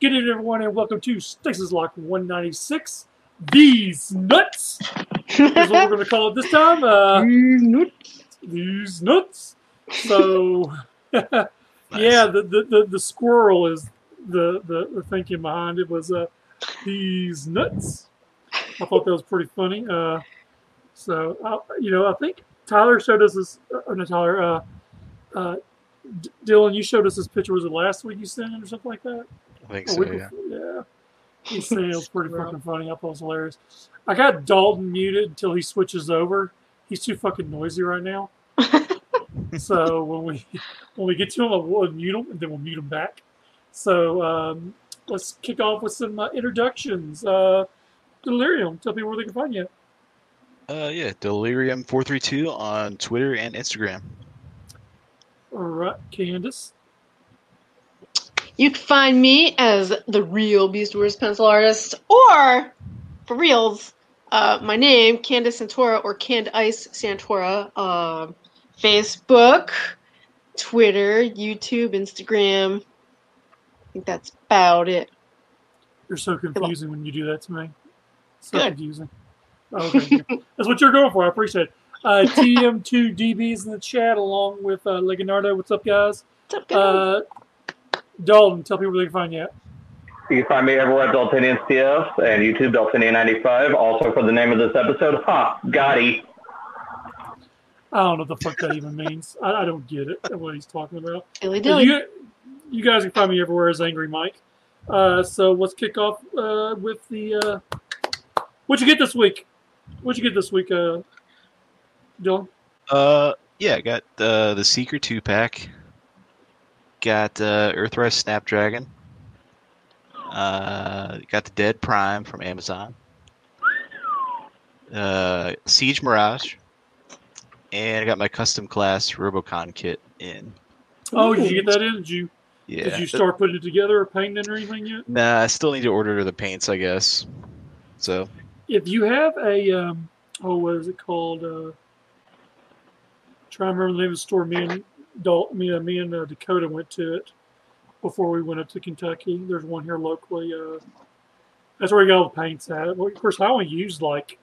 Good evening, everyone, and welcome to Stasis Lock 196. These nuts is what we're going to call it this time. Uh, these nuts. So, yeah, the, the, the, the squirrel is the, the, the thinking behind it was uh, these nuts. I thought that was pretty funny. Uh, so, I, you know, I think Tyler showed us this, or no, Tyler, uh, uh, D- Dylan, you showed us this picture. Was it last week you sent it or something like that? I think A so, week yeah. before- yeah. He said it was pretty fucking funny. I thought it was hilarious. I got Dalton muted until he switches over. He's too fucking noisy right now. so when we when we get to him, we'll unmute him and then we'll mute him back. So um, let's kick off with some uh, introductions. Uh, Delirium, tell people where they can find you. Uh, yeah, Delirium432 on Twitter and Instagram. All right, Candace. You can find me as the real Beast Wars pencil artist, or for reals, uh, my name Candace Santora or Canned Ice Santora. Um, Facebook, Twitter, YouTube, Instagram. I think that's about it. You're so confusing when you do that to me. So Good. confusing. Okay, that's what you're going for. I appreciate it. Uh, TM2DB's in the chat along with uh, Leonardo. What's up, guys? What's up, guys? Uh, Dalton, tell people where they can find you. At. You can find me everywhere at Daltonian CF and YouTube Daltonian95. Also for the name of this episode, ha, Gotti. I don't know what the fuck that even means. I, I don't get it. What he's talking about. Dilly But dilly. You, you guys can find me everywhere as Angry Mike. Uh, so let's kick off uh, with the. Uh, what'd you get this week? What'd you get this week, uh, Dylan? Uh, yeah, I got uh, the Seeker 2 pack. Got uh, Earthrise Snapdragon. Uh, got the Dead Prime from Amazon. Uh, Siege Mirage. And I got my custom class Robocon kit in. Oh, did you get that in? Did you Yeah. Did you start putting it together or painting it or anything yet? Nah, I still need to order the paints, I guess. So, If you have a, um, oh, what is it called? Uh, trying to remember the name of the store. Me and Dal, me, uh, me and uh, Dakota went to it before we went up to Kentucky. There's one here locally. Uh, that's where we got all the paints at. Well, of course, I only used like,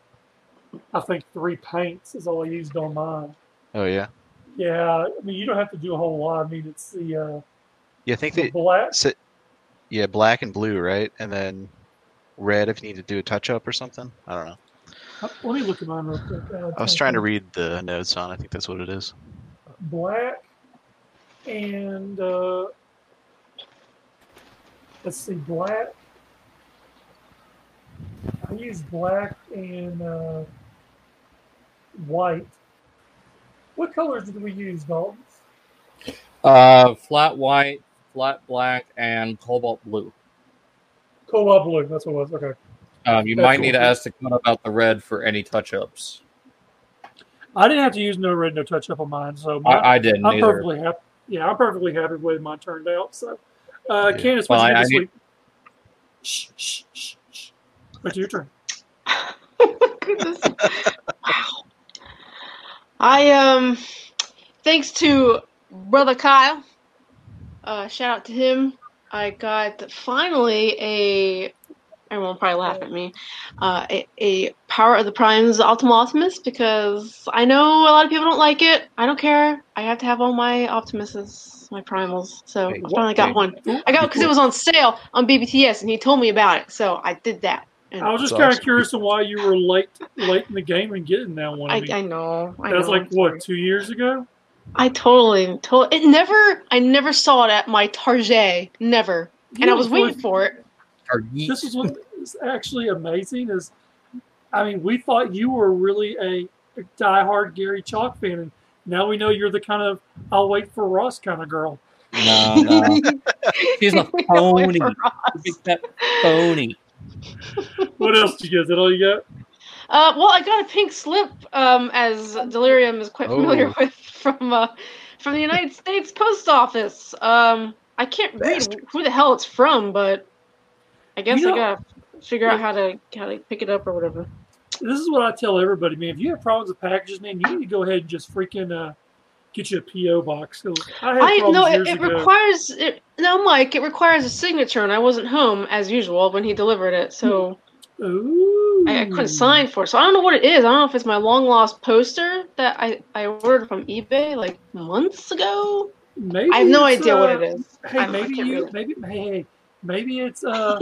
I think three paints is all I used on mine. oh yeah. Yeah, I mean you don't have to do a whole lot. I mean it's the, uh, Yeah, I think the they black. So, yeah, black and blue, right? And then red if you need to do a touch up or something. I don't know. Let me look at mine real quick. Uh, I was trying to read the notes on. I think that's what it is. black and uh, let's see black i use black and uh, white what colors did we use dalton Uh, flat white, flat black, and cobalt blue. cobalt blue that's what it was okay Um, you That's might cool. need to ask Dakota about the red for any touch-ups. i didn't have to use no red no touch up on mine so my, I, I didn't i'm either. perfectly happy yeah i'm perfectly happy with the way mine turned out so uh Yeah. candace Well, what's I- your I this need- week shh, shh, shh, shh. it's your turn goodness. wow. I um thanks to brother Kyle. Uh shout out to him. I got finally a everyone will probably laugh at me. Uh, a, a Power of the Primes Optimal Optimus because I know a lot of people don't like it. I don't care. I have to have all my Optimuses, my Primals. So Hey, I finally got what- one. I got because it was on sale on BBTS and he told me about it. So I did that. And I was just That's kind of awesome. curious on why you were late, late in the game and getting that one. I I, mean, I know. I that was know, like I'm sorry. what two years ago. I totally, totally. It never, I never saw it at my Target. Never. And I was waiting for it. Or yeet. This is what is actually amazing. Is I mean, we thought you were really a, a diehard Gary Chalk fan, and now we know you're the kind of I'll wait for Ross kind of girl. No, no. She's a We all wait phony. for Ross. Big fat phony. What else do you get? Is that all you got? Uh, well, I got a pink slip, um, as Delirium is quite familiar Oh. with from uh, from the United States Post Office. Um, I can't read Bastard. who the hell it's from, but I guess You know- I gotta figure out how to how to pick it up or whatever. This is what I tell everybody, man. If you have problems with packages, man, you need to go ahead and just freaking uh, get you a PO box. It was- I had I problems no, it, years it ago. requires it. No, Mike, it requires a signature, and I wasn't home as usual when he delivered it, so Ooh. I, I couldn't Hmm. sign for it. So I don't know what it is. I don't know if it's my long lost poster that I I ordered from eBay like months ago. Maybe I have no it's, idea what uh, it is. Hey, I'm- I maybe can't you, read maybe hey, hey, maybe it's uh,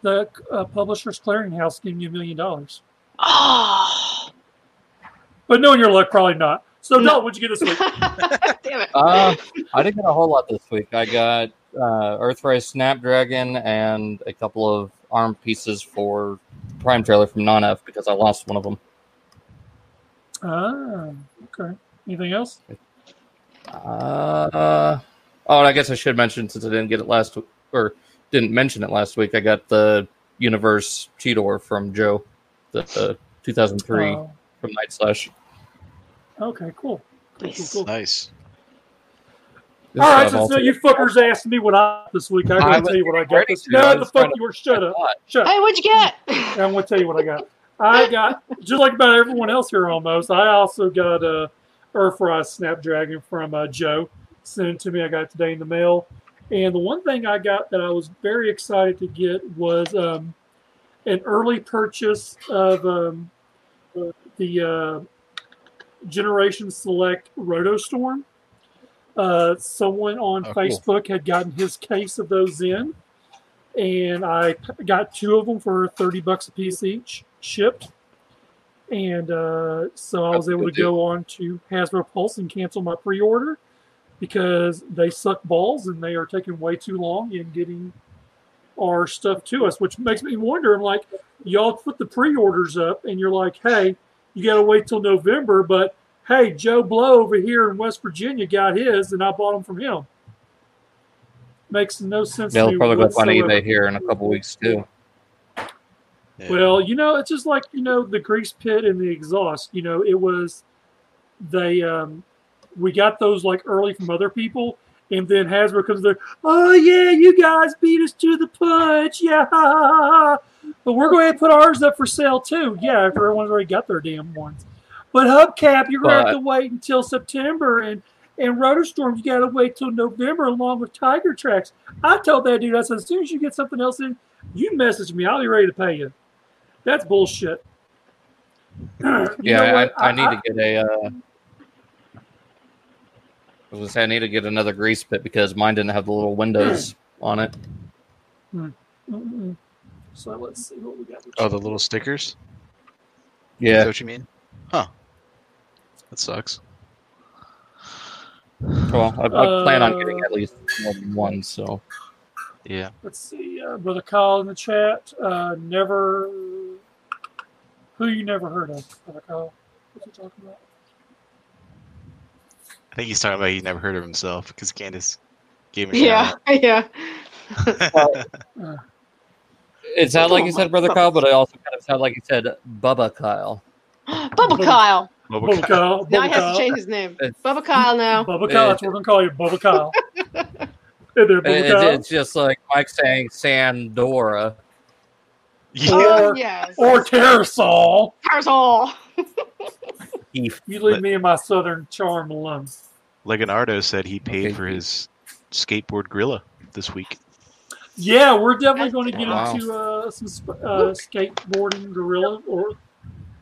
the uh, publishers clearinghouse giving you a million dollars. Oh, But knowing your luck, probably not. So, No. no, what'd you get this week? damn it! Uh, I didn't get a whole lot this week. I got uh, Earthrise Snapdragon and a couple of arm pieces for Prime Trailer from Non-F because I lost one of them. ah, okay. Anything else? Uh, oh, and I guess I should mention since I didn't get it last w- or didn't mention it last week, I got the Universe Cheetor from Joe, the, uh, the 2003 Oh, from Night Slash. okay, cool. Nice. Cool, cool. Nice. All right, since now you fuckers asked me what I this week, I'm I going to was tell you what I got ready this to. I No, the was trying fuck to- you were. Shut up. Shut up. Hey, what'd you get? And I'm going to tell you what I got. I got, just like about everyone else here almost, I also got a Earthrise Snapdragon from uh, Joe sent it to me. I got it today in the mail. And the one thing I got that I was very excited to get was um, an early purchase of um, the uh, Generation Select Rotostorm. Uh, someone on Oh, cool. Facebook had gotten his case of those in, and I p- got two of them for thirty bucks a piece each, shipped. And uh, so I was That's a able to good go on to Hasbro Pulse and cancel my pre-order because they suck balls and they are taking way too long in getting our stuff to us, which makes me wonder. I'm like, y'all put the pre-orders up, and you're like, hey, you got to wait till November, but hey, Joe Blow over here in West Virginia got his, and I bought them from him. Makes no sense. to They'll me probably go on whatsoever. eBay here in a couple weeks too. Yeah. Well, you know, it's just like you know the grease pit and the exhaust. You know, it was they um we got those like early from other people, and then Hasbro comes there. Oh yeah, you guys beat us to the punch, yeah. But we're going to put ours up for sale too. Yeah, after everyone's already got their damn ones. But Hubcap, you're going to have But- to wait until September, and and Rotorstorm, you got to wait till November, along with Tiger Tracks. I told that dude, I said, as soon as you get something else in, you message me. I'll be ready to pay you. That's bullshit. You know yeah, what? I, I need to get a. Uh, I was gonna say I need to get another grease pit because mine didn't have the little windows on it. Mm-mm. So let's see what we got. Oh, the little stickers. Is that Yeah, what you mean? Huh. That sucks. well, I, I plan on getting Uh, at least more than one. So Yeah. Let's see, uh, brother Kyle in the chat. Uh, never, who you never heard of, brother Kyle? What's he talking about? I think he's talking about he never heard of himself because Candace gave him. a Yeah, yeah. shout-out. it sounded like you said brother Kyle, but it also kind of sounded like you said Bubba Kyle. Bubba Kyle. Mobile Bubba Kyle. Now Bubba he has Kyle. to change his name. It's- Bubba Kyle now. Bubba Kyle. That's what we're gonna call you, Bubba Kyle. hey there, It- Bubba it's- Kyle. it's just like Mike saying Sandora. Yeah. Or- oh, yes. Or Terrasol. There's all. You leave me and my southern charm alone. Leonardo said he paid Okay. for his skateboard gorilla this week. Yeah, we're definitely going to get Wow. into uh, some sp- uh, skateboarding gorilla. Or,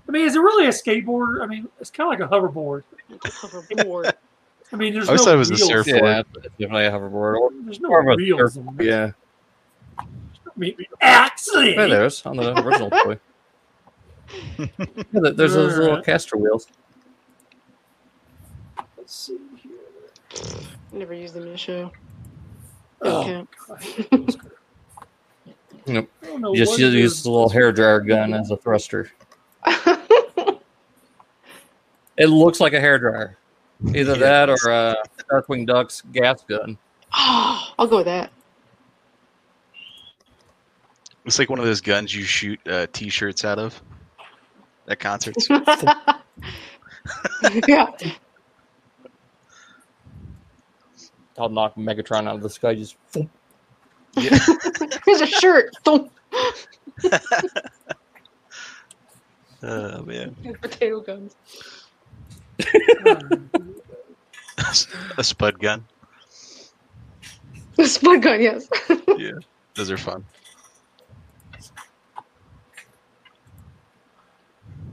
I mean, is it really a skateboard? I mean, it's kind of like a hoverboard. Hoverboard. I mean, there's I always no thought it was a wheels. surf. Yeah, it's definitely a hoverboard. Or, There's no Or a wheels. surf- on it. yeah, I mean, actually, yeah, there is on the original toy. Yeah, there's those little Alright. caster wheels. let's see here. Never used them in the show. Oh, Okay. I hate those cars. Nope. I don't know You just what use, it use is. the little hair dryer gun as a thruster. It looks like a hair dryer. Either that or uh, Darkwing Duck's gas gun. oh, I'll go with that. It's like one of those guns you shoot uh, t-shirts out of at concerts. yeah. I'll knock Megatron out of the sky. Just thump. yeah. Here's a shirt. Thump. Oh man. Potato guns. a spud gun. The spud gun, yes. Those are fun.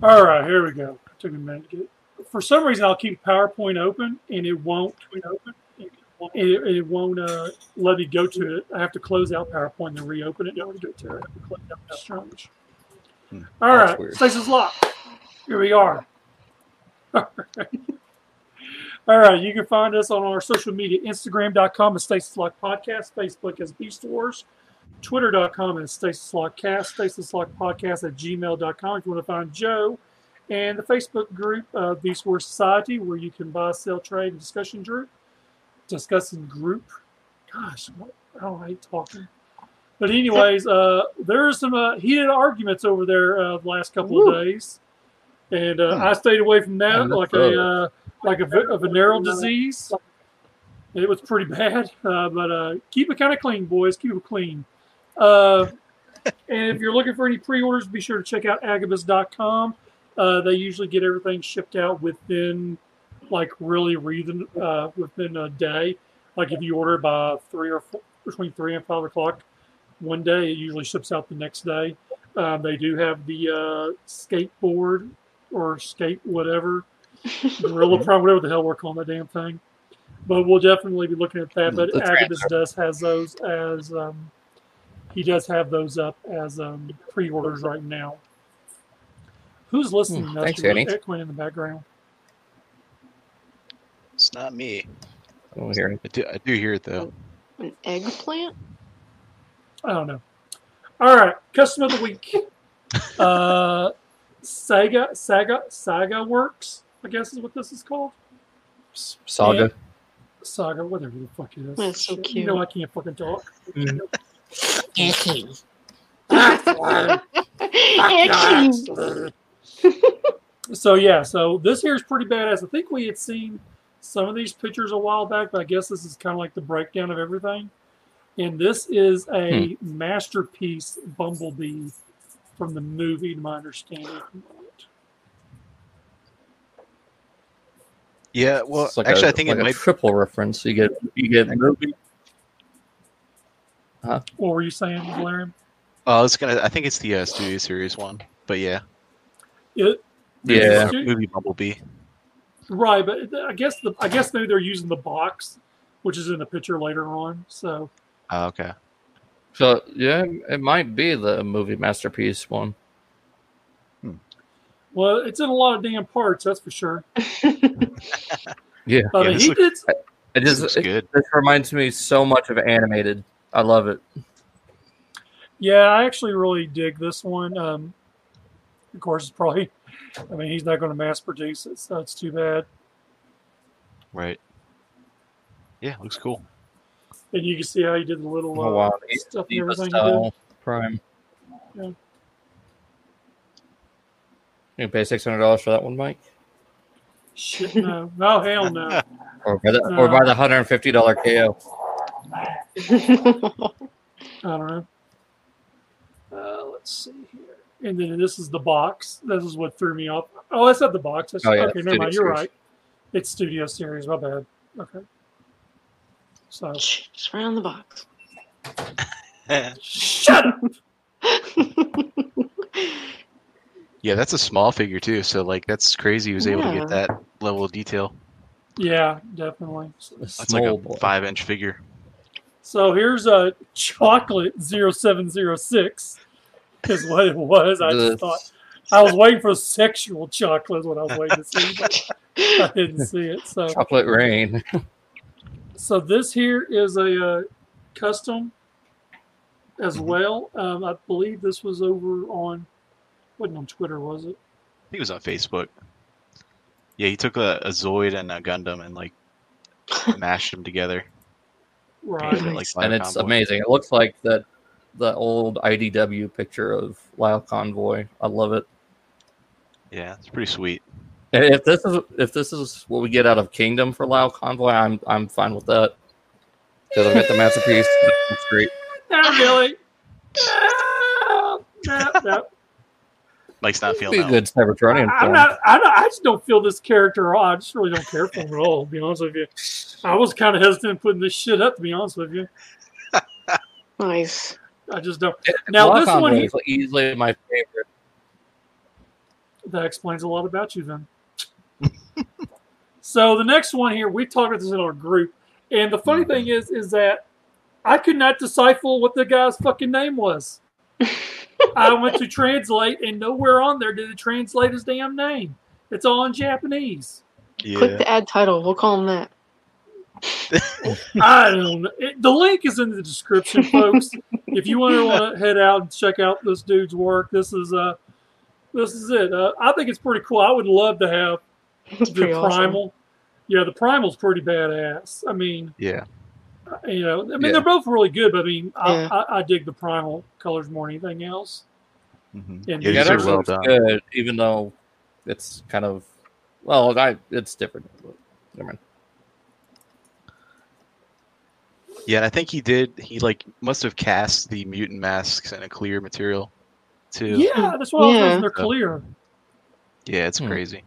All right, here we go. Took a minute to get. For some reason, I'll keep PowerPoint open, and it won't. And it, and it won't uh, let me go to it. I have to close out PowerPoint and then reopen it. in order to get to it. That's strange. Hmm. All That's right, weird. stasis lock. Here we are. All right, you can find us on our social media Instagram.com as Stasis Lock Podcast, Facebook as Beast Wars, Twitter.com as Stasis Lock Cast, Stasis Lock Podcast at gmail.com if you want to find Joe, and the Facebook group uh, Beast Wars Society where you can buy, sell, trade, and discussion group. Discussing group. Gosh, what, I don't hate talking. But, anyways, uh, there are some uh, heated arguments over there uh, the last couple Woo. of days. And uh, I stayed away from that And that's like good. a. Uh, like a, ve- a venereal disease. It was pretty bad, uh, but uh, keep it kind of clean, boys. Keep it clean. Uh, and if you're looking for any pre-orders, be sure to check out agabus.com. Uh, they usually get everything shipped out within, like, really reason, uh, within a day. Like if you order by three or four, between three and five o'clock one day, it usually ships out the next day. Um, they do have the uh, skateboard or skate whatever gorilla prime, whatever the hell we're calling that damn thing. But we'll definitely be looking at that. But Mm, That's Agabus does has those as um, he does have those up as um, pre-orders right now. Who's listening? Hmm, to us? thanks, We've got Ernie. Echoing in the background. It's not me. Oh. I don't hear I do, I do hear it though. An eggplant? I don't know. All right, customer of the week. uh, Saga, Saga, Saga Works. I guess is what this is called. it. Saga. Saga, whatever the fuck it is. That's so You know I can't fucking talk. Excellent. So yeah, so this here is pretty badass. I think we had seen some of these pictures a while back, but I guess this is kind of like the breakdown of everything. And this is a masterpiece Bumblebee from the movie, to my understanding. Yeah, well, It's like actually, a- I think like it a might. triple reference. You get you get movie. What were you saying, Valerian? Oh, I was gonna. I think it's the uh, studio series one, but yeah, It, Yeah. Stu- movie Bumblebee. right, but it- I guess the I guess maybe they're using the box, which is in the picture later on. So Oh, okay. So yeah, it might be the movie masterpiece one. well, it's in a lot of damn parts, that's for sure. Yeah. But Yeah, this he looks- did It This just looks it, good. this reminds me so much of animated. I love it. Yeah, I actually really dig this one. Um, of course, it's probably, I mean, he's not going to mass produce it, so it's too bad. Right. Yeah, looks cool. And you can see how he did the little uh, Oh, wow. stuff and Diva everything. he did. style prime. Yeah. You gonna pay six hundred dollars for that one, Mike, Shit, no. No, hell no. or by the, No. or by the hundred and fifty dollar KO. I don't know. Uh, let's see here. And then this is the box. This is what threw me off. Oh, that's not the box. That's, Oh, yeah, okay, it's never mind. Studio You're Series. right. It's Studio Series. My bad. Okay. So, Just round the box. yeah, shut up. that's a small figure too. So like, that's crazy. He was able to get Yeah. that level of detail. Yeah, definitely. That's like a five-inch figure. So here's a chocolate 0706 is what it was. I just thought I was waiting for sexual chocolate is what I was waiting to see, but I didn't see it. So chocolate rain. so this here is a uh, custom as Mhm. well. Um, I believe this was over on wasn't on Twitter, was it? I think it was on Facebook. Yeah, he took a, a Zoid and a Gundam and like mashed them together. Right. Painted it, like, Lao and it's Convoy. amazing. It looks like that the old IDW picture of Lao Convoy. I love it. Yeah, it's pretty sweet. And if this is if this is what we get out of Kingdom for Lao Convoy, I'm I'm fine with that. Because I've got the masterpiece. It's Ah, great. Not really. no, no. Mike's not be feeling a that good Cybertronian. I'm film. not, I don't. I just don't feel this character. at all. I just really don't care for him at all. To be honest with you, I was kind of hesitant putting this shit up. To be honest with you, Nice. I just don't. Now this Glaucon one, was easily my favorite. That explains a lot about you then. so the next one here, we talked about this in our group, and the funny thing is, is that I could not decipher what the guy's fucking name was. I went to translate, and nowhere on there did it translate his damn name. It's all in Japanese. Yeah. Click the ad title. We'll call him that. I don't. know. It, the link is in the description, folks. if you want to want to head out and check out this dude's work, this is uh, this is it. Uh, I think it's pretty cool. I would love to have It's the pretty awesome. primal. Yeah, the primal's pretty badass. I mean, Yeah. you know, I mean Yeah. they're both really good, but I mean, I, Yeah. I, I dig the primal colors more than anything else. Mhm. And Yeah, Yeah, these it are actually well looks done. good, even though it's kind of well, I it's different. Never mind. Yeah, and I think he did. He like must have cast the mutant masks in a clear material, too. Yeah, yeah, that's why I was Yeah. thinking they're clear. it's Hmm. crazy.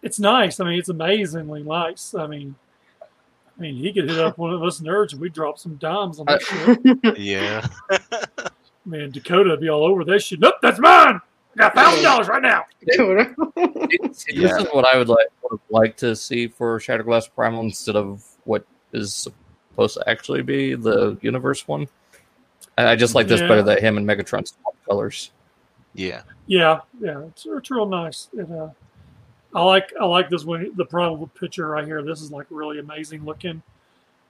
It's nice. I mean, it's amazingly nice. I mean, I mean, he could hit up one of us nerds and we drop some dimes on that shit. Yeah, Man, Dakota'd be all over that shit. Nope, that's mine. Got thousand dollars right now. See, This is what I would like would have liked to see for Shatterglass Primal instead of what is supposed to actually be the universe one. I I just like this Yeah. better that him and Megatron swap colors. yeah, Yeah, yeah, it's, it's real nice. And, uh, I like I like this one. The primal picture right here. This is like really amazing looking.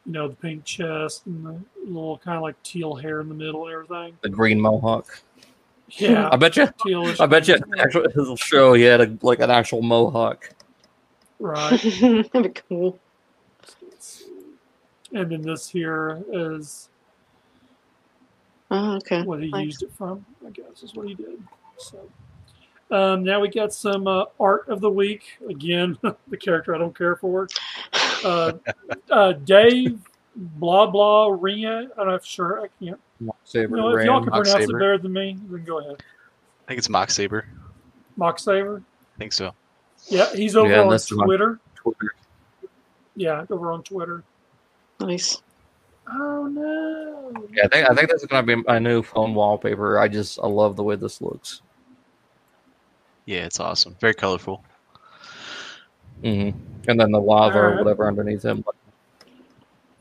You know, the pink chest and the little kind of like teal hair in the middle and everything. The green mohawk. Yeah, I bet you. tealish. I bet you. Actually, his show he had a, like an actual mohawk. Right, That'd be cool. and then this here is Oh, okay. what he Nice. used it from. I guess is what he did. So um, now we got some uh, art of the week. Again, the character I don't care for. Uh, uh, Dave blah blah Ria. I'm not sure. I can't. Saber No, if y'all Ram. can pronounce it Mocksaber. better than me, then go ahead. I think it's Mock Saber. Mock Saver. I think so. Yeah, he's over Yeah, on that's the one. Twitter. Twitter. Yeah, over on Twitter. Nice. Oh no. Yeah, I think I think this is gonna be my new phone wallpaper. I just I love the way this looks. Yeah, it's awesome. Very colorful. hmm And then the lava Alright. or whatever underneath him.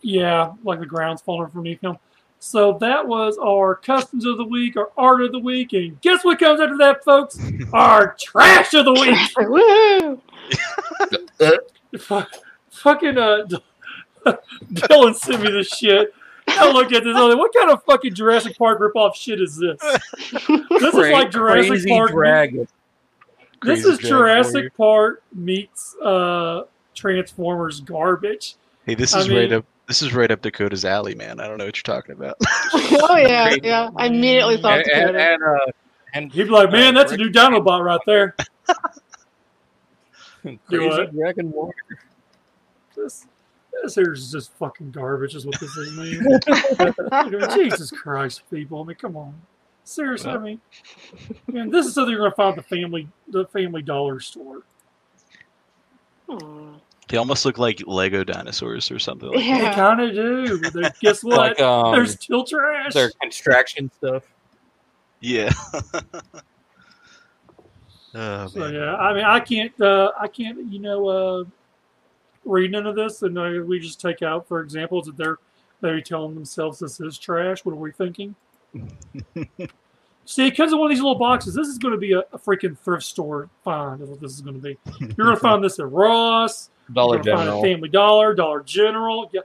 Yeah, like the ground's falling underneath him. So that was our customs of the week, our art of the week, and guess what comes after that, folks? Our trash of the week. Woo! Fuck, fucking uh, Dylan sent me this shit. I look at this. I'm like, what kind of fucking Jurassic Park ripoff shit is this? This is like Jurassic crazy Park. dragon. This Crazy is Dragon Jurassic Warrior. Park meets uh, Transformers garbage. Hey, this I is right mean- up. This is right up Dakota's alley, man. I don't know what you're talking about. oh yeah, yeah. I immediately thought And, and, Dakota. and, uh, and He'd be like, man, that's a new Dinobot right there. crazy what? dragon warrior. This, this here's just fucking garbage, is what this is, man. I mean, Jesus Christ, people. I mean, come on. Seriously, I mean, man, this is something you're going to find at the family, the Family Dollar store. Aw. They almost look like Lego dinosaurs or something. Like They Yeah. kind of do. but they- Guess what? Like um, They're still trash. their construction stuff. Yeah. oh, So man. yeah, I mean, I can't, uh, I can't, you know, uh, read none of this, and uh, we just take out, for examples that they're maybe telling themselves this is trash. What are we thinking? See, it comes in one of these little boxes. This is going to be a, a freaking thrift store find. Is what this is going to be. You're going to find this at Ross. Dollar you're gonna find it at General. Family Dollar, Dollar General. Yeah,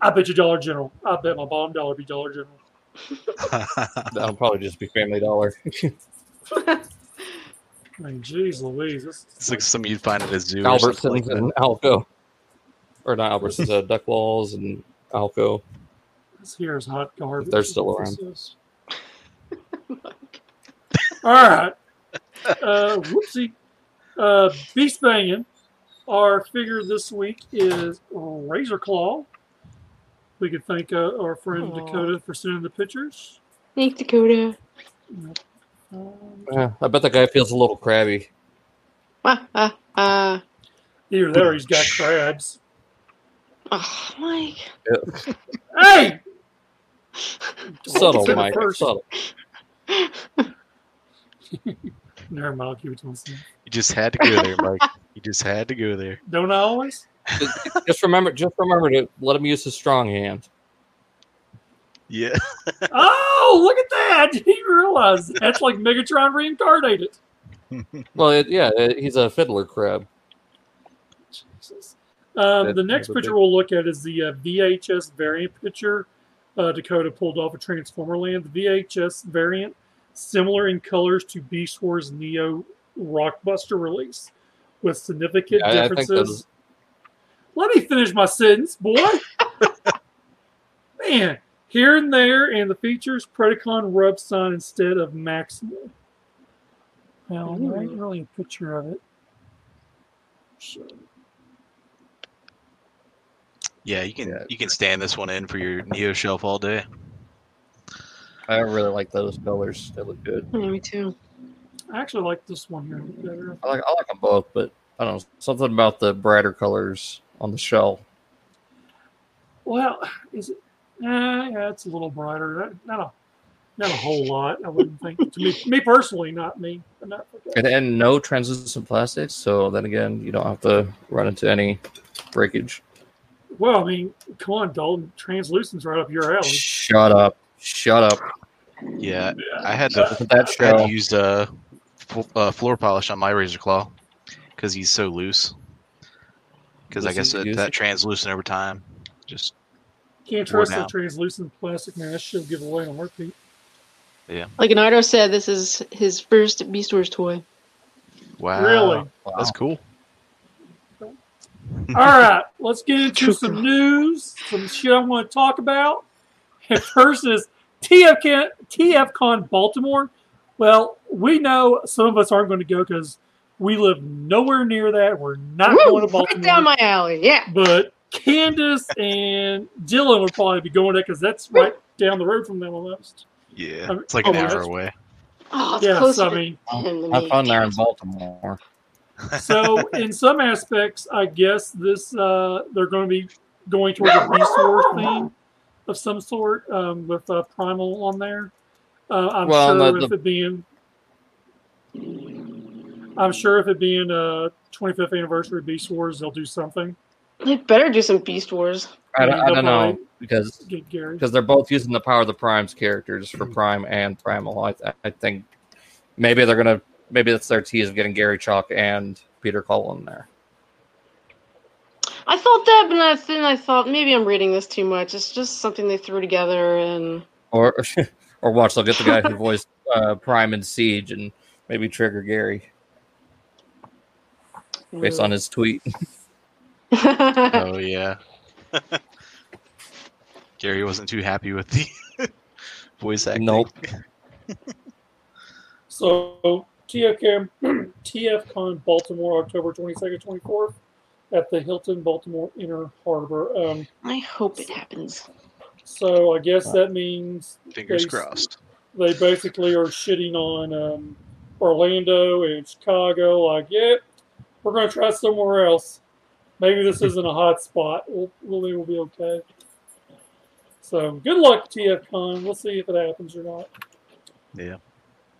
I bet you Dollar General. I bet my bottom dollar be Dollar General. That'll probably just be Family Dollar. I mean, geez, Louise, this it's like something you'd find at a zoo. or something Albertsons like that. and Alco, or not Albertsons, uh, Duck Walls and Alco. This here is hot garbage. They're still This is- All right. Uh, whoopsie. Uh, Beast Banging. Our figure this week is Razor Claw. We could thank uh, our friend Aw. Dakota for sending the pictures. Thanks, Dakota. Um, Yeah, I bet that guy feels a little crabby. Ah, ah, ah. either there, or he's got crabs. Oh, Mike. Hey, Subtle, Consider Mike. first. Subtle. never mind. I'll give it to myself. You just had to go there, Mike. You just had to go there. Don't I always? Just remember, just remember to let him use his strong hand. Yeah. Oh, look at that! He realized that's like Megatron reincarnated. Well, it, yeah, it- he's a fiddler crab. Jesus. Um, That- the next that's a picture big- we'll look at is the uh, VHS variant picture. Uh, Dakota pulled off of Transformer Land. The VHS variant, similar in colors to Beast Wars Neo Rockbuster release, with significant Yeah, I- I think differences. Let me finish my sentence, boy. Man, here and there, and the features Predacon rub sign instead of Maximal. Now, there ain't really a picture of it. So- Yeah, you can Yeah. you can stand this one in for your Neo shelf all day. I really like those colors. They look good. Yeah, me too. I actually like this one here better. I like, I like them both, but I don't know something about the brighter colors on the shell. Well, is it? Uh, yeah, it's a little brighter. Not- Not a, not a whole lot. I wouldn't think. to me, me personally, not me. But not, And, and no translucent plastics, so then again, you don't have to run into any breakage. well, I mean, come on, Dalton. Translucent's right up your alley. Shut up. Shut up. Yeah, I had Look to, at that I had to shell. use uh, fl- uh, floor polish on my Razor Claw because he's so loose. Because I Loosey guess that, goosey. that translucent over time just Can't trust Worn the out. translucent plastic man. That shit'll give away in a heartbeat. Like Nardo said, this is his first Beast Wars toy. wow. Really? Wow. That's cool. All right, let's get into some news, some shit I want to talk about. And first is TFCon, TFCon Baltimore. Well, we know some of us aren't going to go because we live nowhere near that. We're not going Woo! to Right down Baltimore. my alley. Yeah. But Candace and Dylan would probably be going there because that's right down the road from them almost. Yeah, I'm- it's like an oh, hour that's- away. Oh, it's Yeah, close so I to mean, him to Have me. fun there in Baltimore. so in some aspects, I guess this uh, they're going to be going towards a resource theme of some sort um, with uh, Primal on there. Uh, I'm Well, sure the- with it being, I'm sure if it being uh, 25th anniversary of Beast Wars, they'll do something. They better do some Beast Wars. I, don't- I They'll don't know probably because Get Gary. because they're both using the power of the primes characters for prime and primal. I, I think maybe they're gonna maybe that's their tease of getting Gary Chalk and Peter Cullen there. I thought that, but I- then I thought maybe I'm reading this too much. It's just something they threw together, and Or or watch they'll get the guy who voiced uh, Prime and Siege and maybe trigger Gary based on his tweet. Oh yeah. Gary wasn't too happy with the voice acting. Nope. So TFCon, TFCon Baltimore, October 22nd, 24th, at the Hilton Baltimore Inner Harbor. Um, I hope it happens. so I guess that means Fingers Face. crossed. they basically are shitting on um, Orlando and Chicago. Like, yeah, we're going to try somewhere else. Maybe this isn't a hot spot. We'll, we'll, we'll be okay. So, good luck, TFCon. We'll see if it happens or not. Yeah.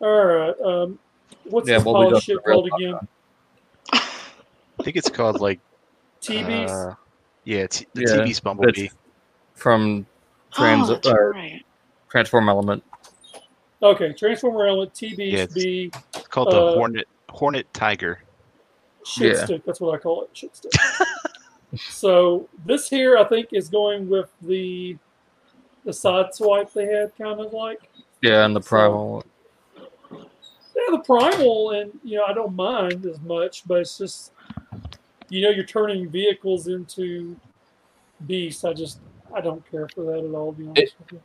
All right. Um, what's Yeah, this we'll be pile going of to shit the real called again? I think it's called like TB's. uh, yeah, t- the Yeah, TB's Bumblebee. From Trans- oh, that's uh, right. Transform Element. okay, Transformer Element, TB's, Yeah, it's- B, It's called the uh, Hornet Hornet Tiger. shit Yeah. stick. That's what I call it, shit stick. so this here, I think, is going with the the side swipe they had, kind of like Yeah, and the So- primal. yeah, the primal, and you know, I don't mind as much, but it's just you know, you're turning vehicles into beasts. I just I don't care for that at all. To be honest It- with you.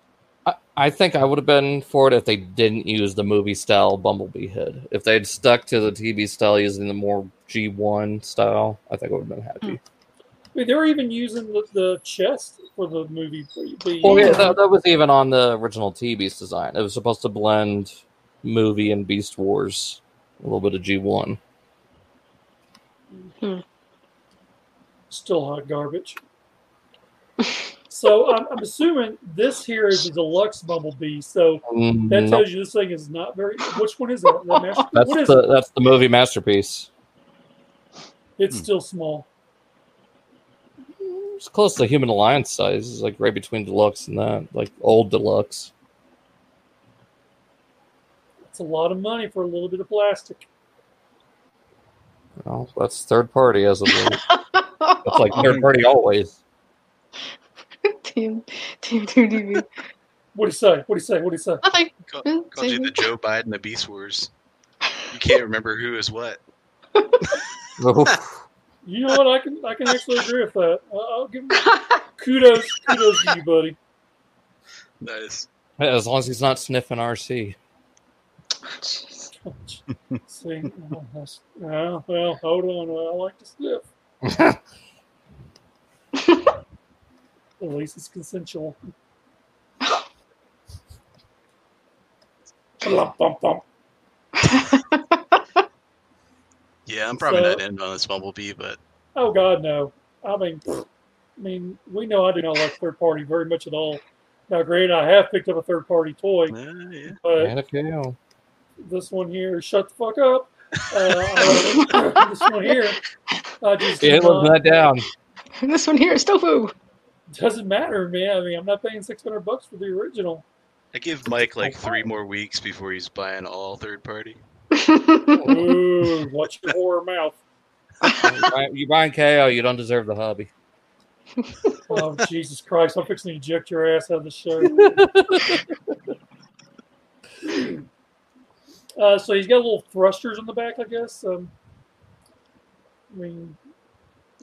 I, I think I would have been for it if they didn't use the movie style Bumblebee head. If they'd stuck to the TV style using the more G1 style, I think I would have been happy. I mean, they're even using the, the chest for the movie. The, Oh, Well, yeah, that, that was even on the original TV's design. It was supposed to blend movie and Beast Wars, a little bit of G1. Still hot garbage. so I'm, I'm assuming this here is a deluxe Bumblebee. So Mm, that nope. tells you this thing is not very. Which one is that? The master- That's what is the it? that's the movie masterpiece. Hmm. It's still small. It's close to Human Alliance size. It's like right between deluxe and that, like old deluxe. It's a lot of money for a little bit of plastic. Well, that's third party as of late. That's like third party always. team, team, team, team. What do you say? What do you say? What do you say? Nothing. Call, Mm, called you see? the Joe Biden of Beast Wars. You can't remember who is what. Oof. You know what? I can I can actually agree with that. I- I'll give kudos kudos to you, buddy. That is as long as he's not sniffing RC. Jeez. See, oh, that's- oh, well, hold on. I like to sniff. At least it's consensual. Bump, bump, bump. yeah. I'm probably So- not in on this Bumblebee, but Oh God, no. I mean, pfft. I mean, we know I do not like third party very much at all. Now, granted, I have picked up a third party toy, uh, yeah. but And a cow. this one here, shut the fuck up. Uh, this one here, I just do Yeah, not- that down. this one here is tofu. doesn't matter, man. I mean, I'm not paying 600 bucks for the original. I give Mike like three more weeks before he's buying all third party. Ooh, watch your horror mouth. You buy- you buying KO, you don't deserve the hobby. Oh Jesus Christ! I'm fixing to eject your ass out of the show. uh, so he's got little thrusters on the back, I guess. Um, I mean,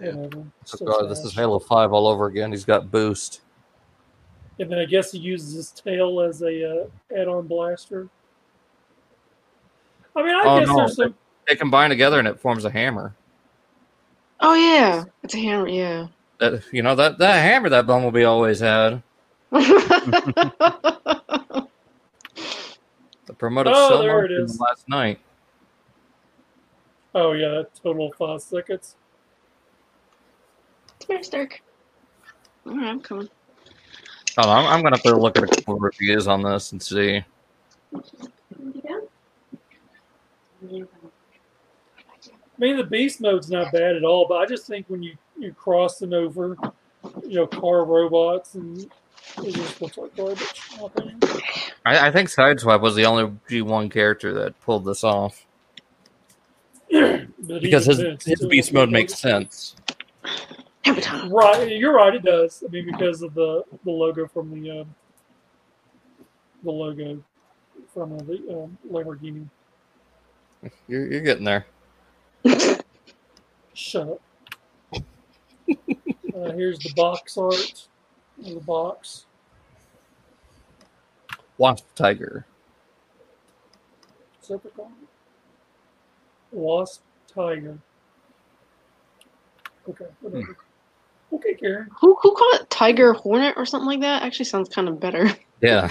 Yeah. whatever. Oh Still god, this is smash. Halo Five all over again. He's got boost. And then I guess he uses his tail as a uh, add-on blaster. I mean, I Oh, guess no. there's some. They combine together and it forms a hammer. Oh yeah, it's a hammer. Yeah. That you know that that hammer that Bumblebee always had. The promoted Oh, so there much it in is. last night. Oh yeah, that total of five seconds. it's very stark. All right, I'm coming. Oh, I'm, I'm gonna have to look at a couple of reviews on this and see. I mean, the beast mode's not bad at all, but I just think when you you cross them over, you know, car robots and it just looks like garbage. in my opinion. I, I think Sideswipe was the only G1 character that pulled this off But because even his, then, it's his still beast looks like mode makes sense. Hammer time. garbage. Right, you're right. It does. I mean, because of the the logo from the um, the logo from the um, Lamborghini. You're, you're getting there. Shut up. uh, here's the box art. The box. Wasp Tiger. Is that the call? Lost Tiger. Okay, whatever. Okay, Karen. Who who called it Tiger Hornet or something like that? Actually, sounds kind of better. Yeah.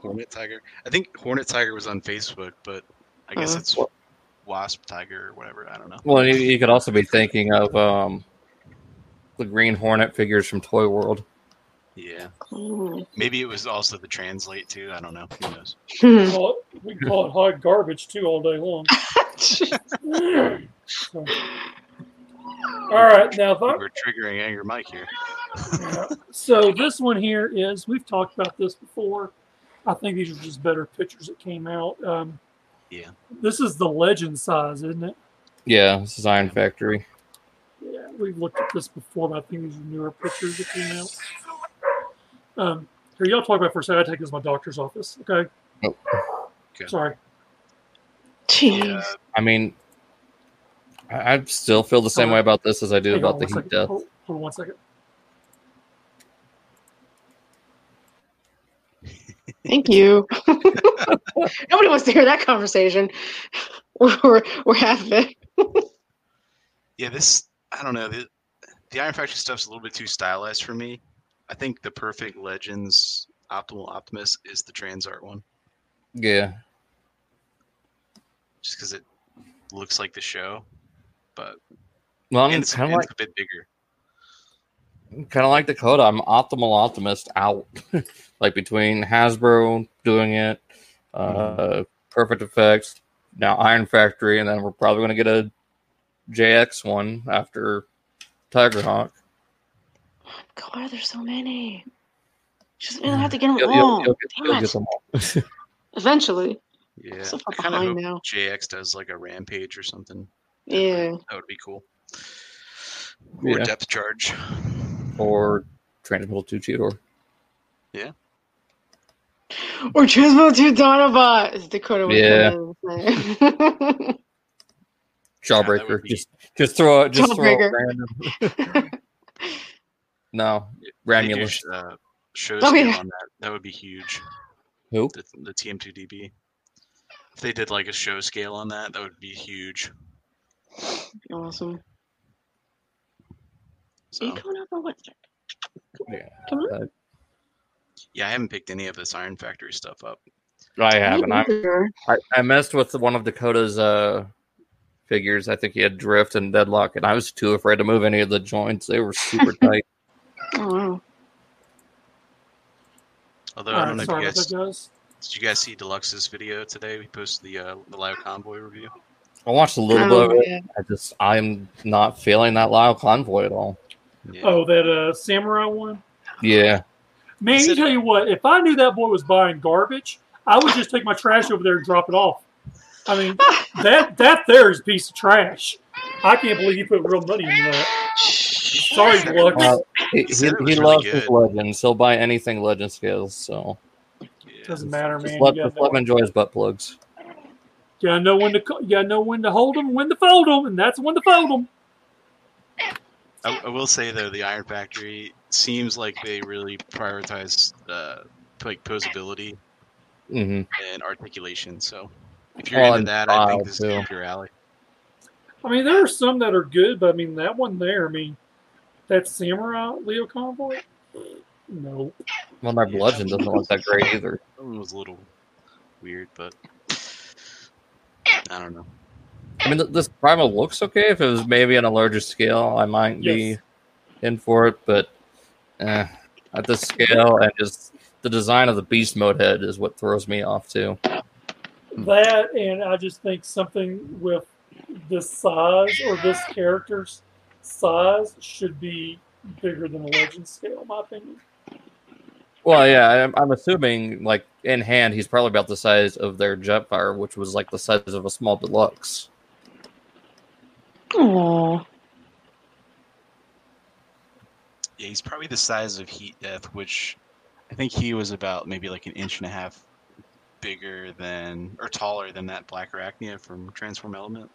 Hornet Tiger. I think Hornet Tiger was on Facebook, but I guess Uh-huh. it's Wasp Tiger or whatever. I don't know. well, you, you could also be thinking of um, the Green Hornet figures from Toy World. Yeah, Mm. maybe it was also the translate too. I don't know. Who knows? We call it, we call it hot garbage too all day long. So- all right, now if I, We're triggering anger Mike here. so this one here is we've talked about this before. I think these are just better pictures that came out. Um, Yeah. This is the legend size, isn't it? Yeah, this is Iron Factory. Yeah, we've looked at this before, but I think these are newer pictures that came out. Um, here, y'all talk about it for a second. I take this to my doctor's office. Okay. Oh. Okay. Sorry. Jeez. I mean, I, I still feel the same way about this as I do Hang on about the one Heat second. Death. Hold, hold on one second. Thank you. Nobody wants to hear that conversation. We're we're having it. Yeah, this I don't know. The, the Iron Factory stuff's a little bit too stylized for me. I think the perfect Legends Optimal Optimus is the Transart one. Yeah. just because it looks like the show, but Well, I'm and it's, kind and of it's a bit bigger. like kind of like Dakota. I'm optimal optimist out, like between Hasbro doing it, uh, Perfect Effects, now Iron Factory, and then we're probably going to get a JX one after Tiger Hawk. God, why are there so many? Just we don't have to get them You'll, all. you'll- you'll get, Oh, Damn you'll it. get them all. Eventually. Yeah, So I far kind of behind hope now. JX does like a rampage or something. Yeah. That would be cool. Or Yeah. depth charge. Or Transmittal to Cheetor. Or Transmo to Donabot is Dakota was Yeah. yeah. that Jawbreaker. would be- Just just throw it. Just throw Jawbreaker. it random. No, They do, Ramulus. uh, show Oh, scale yeah. on that. That would be huge. Who? The, the TM2DB. If they did like a show scale on that, that would be huge. awesome. Are Oh. you So coming up on Wednesday? Yeah. Come on. yeah, I haven't picked any of this Iron Factory stuff up. I haven't. Me I'm neither. I, I messed with one of Dakota's uh, figures. I think he had drift and deadlock, and I was too afraid to move any of the joints. They were super tight. Oh, wow. Although I don't know if Uh, sorry you about guys that, guys. did you guys see Deluxe's video today? We posted the uh, the live convoy review. I watched a little Oh, bit of it. yeah. I just I'm not feeling that Lyle convoy at all. Yeah. Oh, that uh, samurai one. Yeah, Man, Is you it- tell you what, if I knew that boy was buying garbage, I would just take my trash over there and drop it off. I mean, that that there is a piece of trash. I can't believe he put real money in that. Sorry, Lux. Uh, he, He he, said it was he really loves his good. legends. He'll buy anything legend scales. So Yeah. Oh, Doesn't matter, just man. let You just gotta, let know, him enjoy his butt plugs. you gotta know when to co- you gotta know when to hold them, when to fold them, and that's when to fold them. I, I will say though, the Iron Factory seems like they really prioritize uh, like posability hmm and articulation. So if you're Oh, into and that, I style, think this too. is up your alley. I mean, there are some that are good, but I mean that one there. I mean, that samurai Leo convoy. No, Well, my Yeah. bludgeon doesn't look that great either. That one was a little weird, but I don't know. I mean, th- this primal looks okay. If it was maybe on a larger scale, I might Yes. be in for it. But eh, at this scale, and just the design of the beast mode head is what throws me off too. that and I just think something with this size or this character's size should be bigger than a legend scale, in my opinion. Well, yeah, I'm, I'm assuming like in hand, he's probably about the size of their Jetfire, which was like the size of a small deluxe. Aw. Yeah, he's probably the size of Heat Death, which I think he was about maybe like an inch and a half bigger than or taller than that Black Arachnia from Transform Element.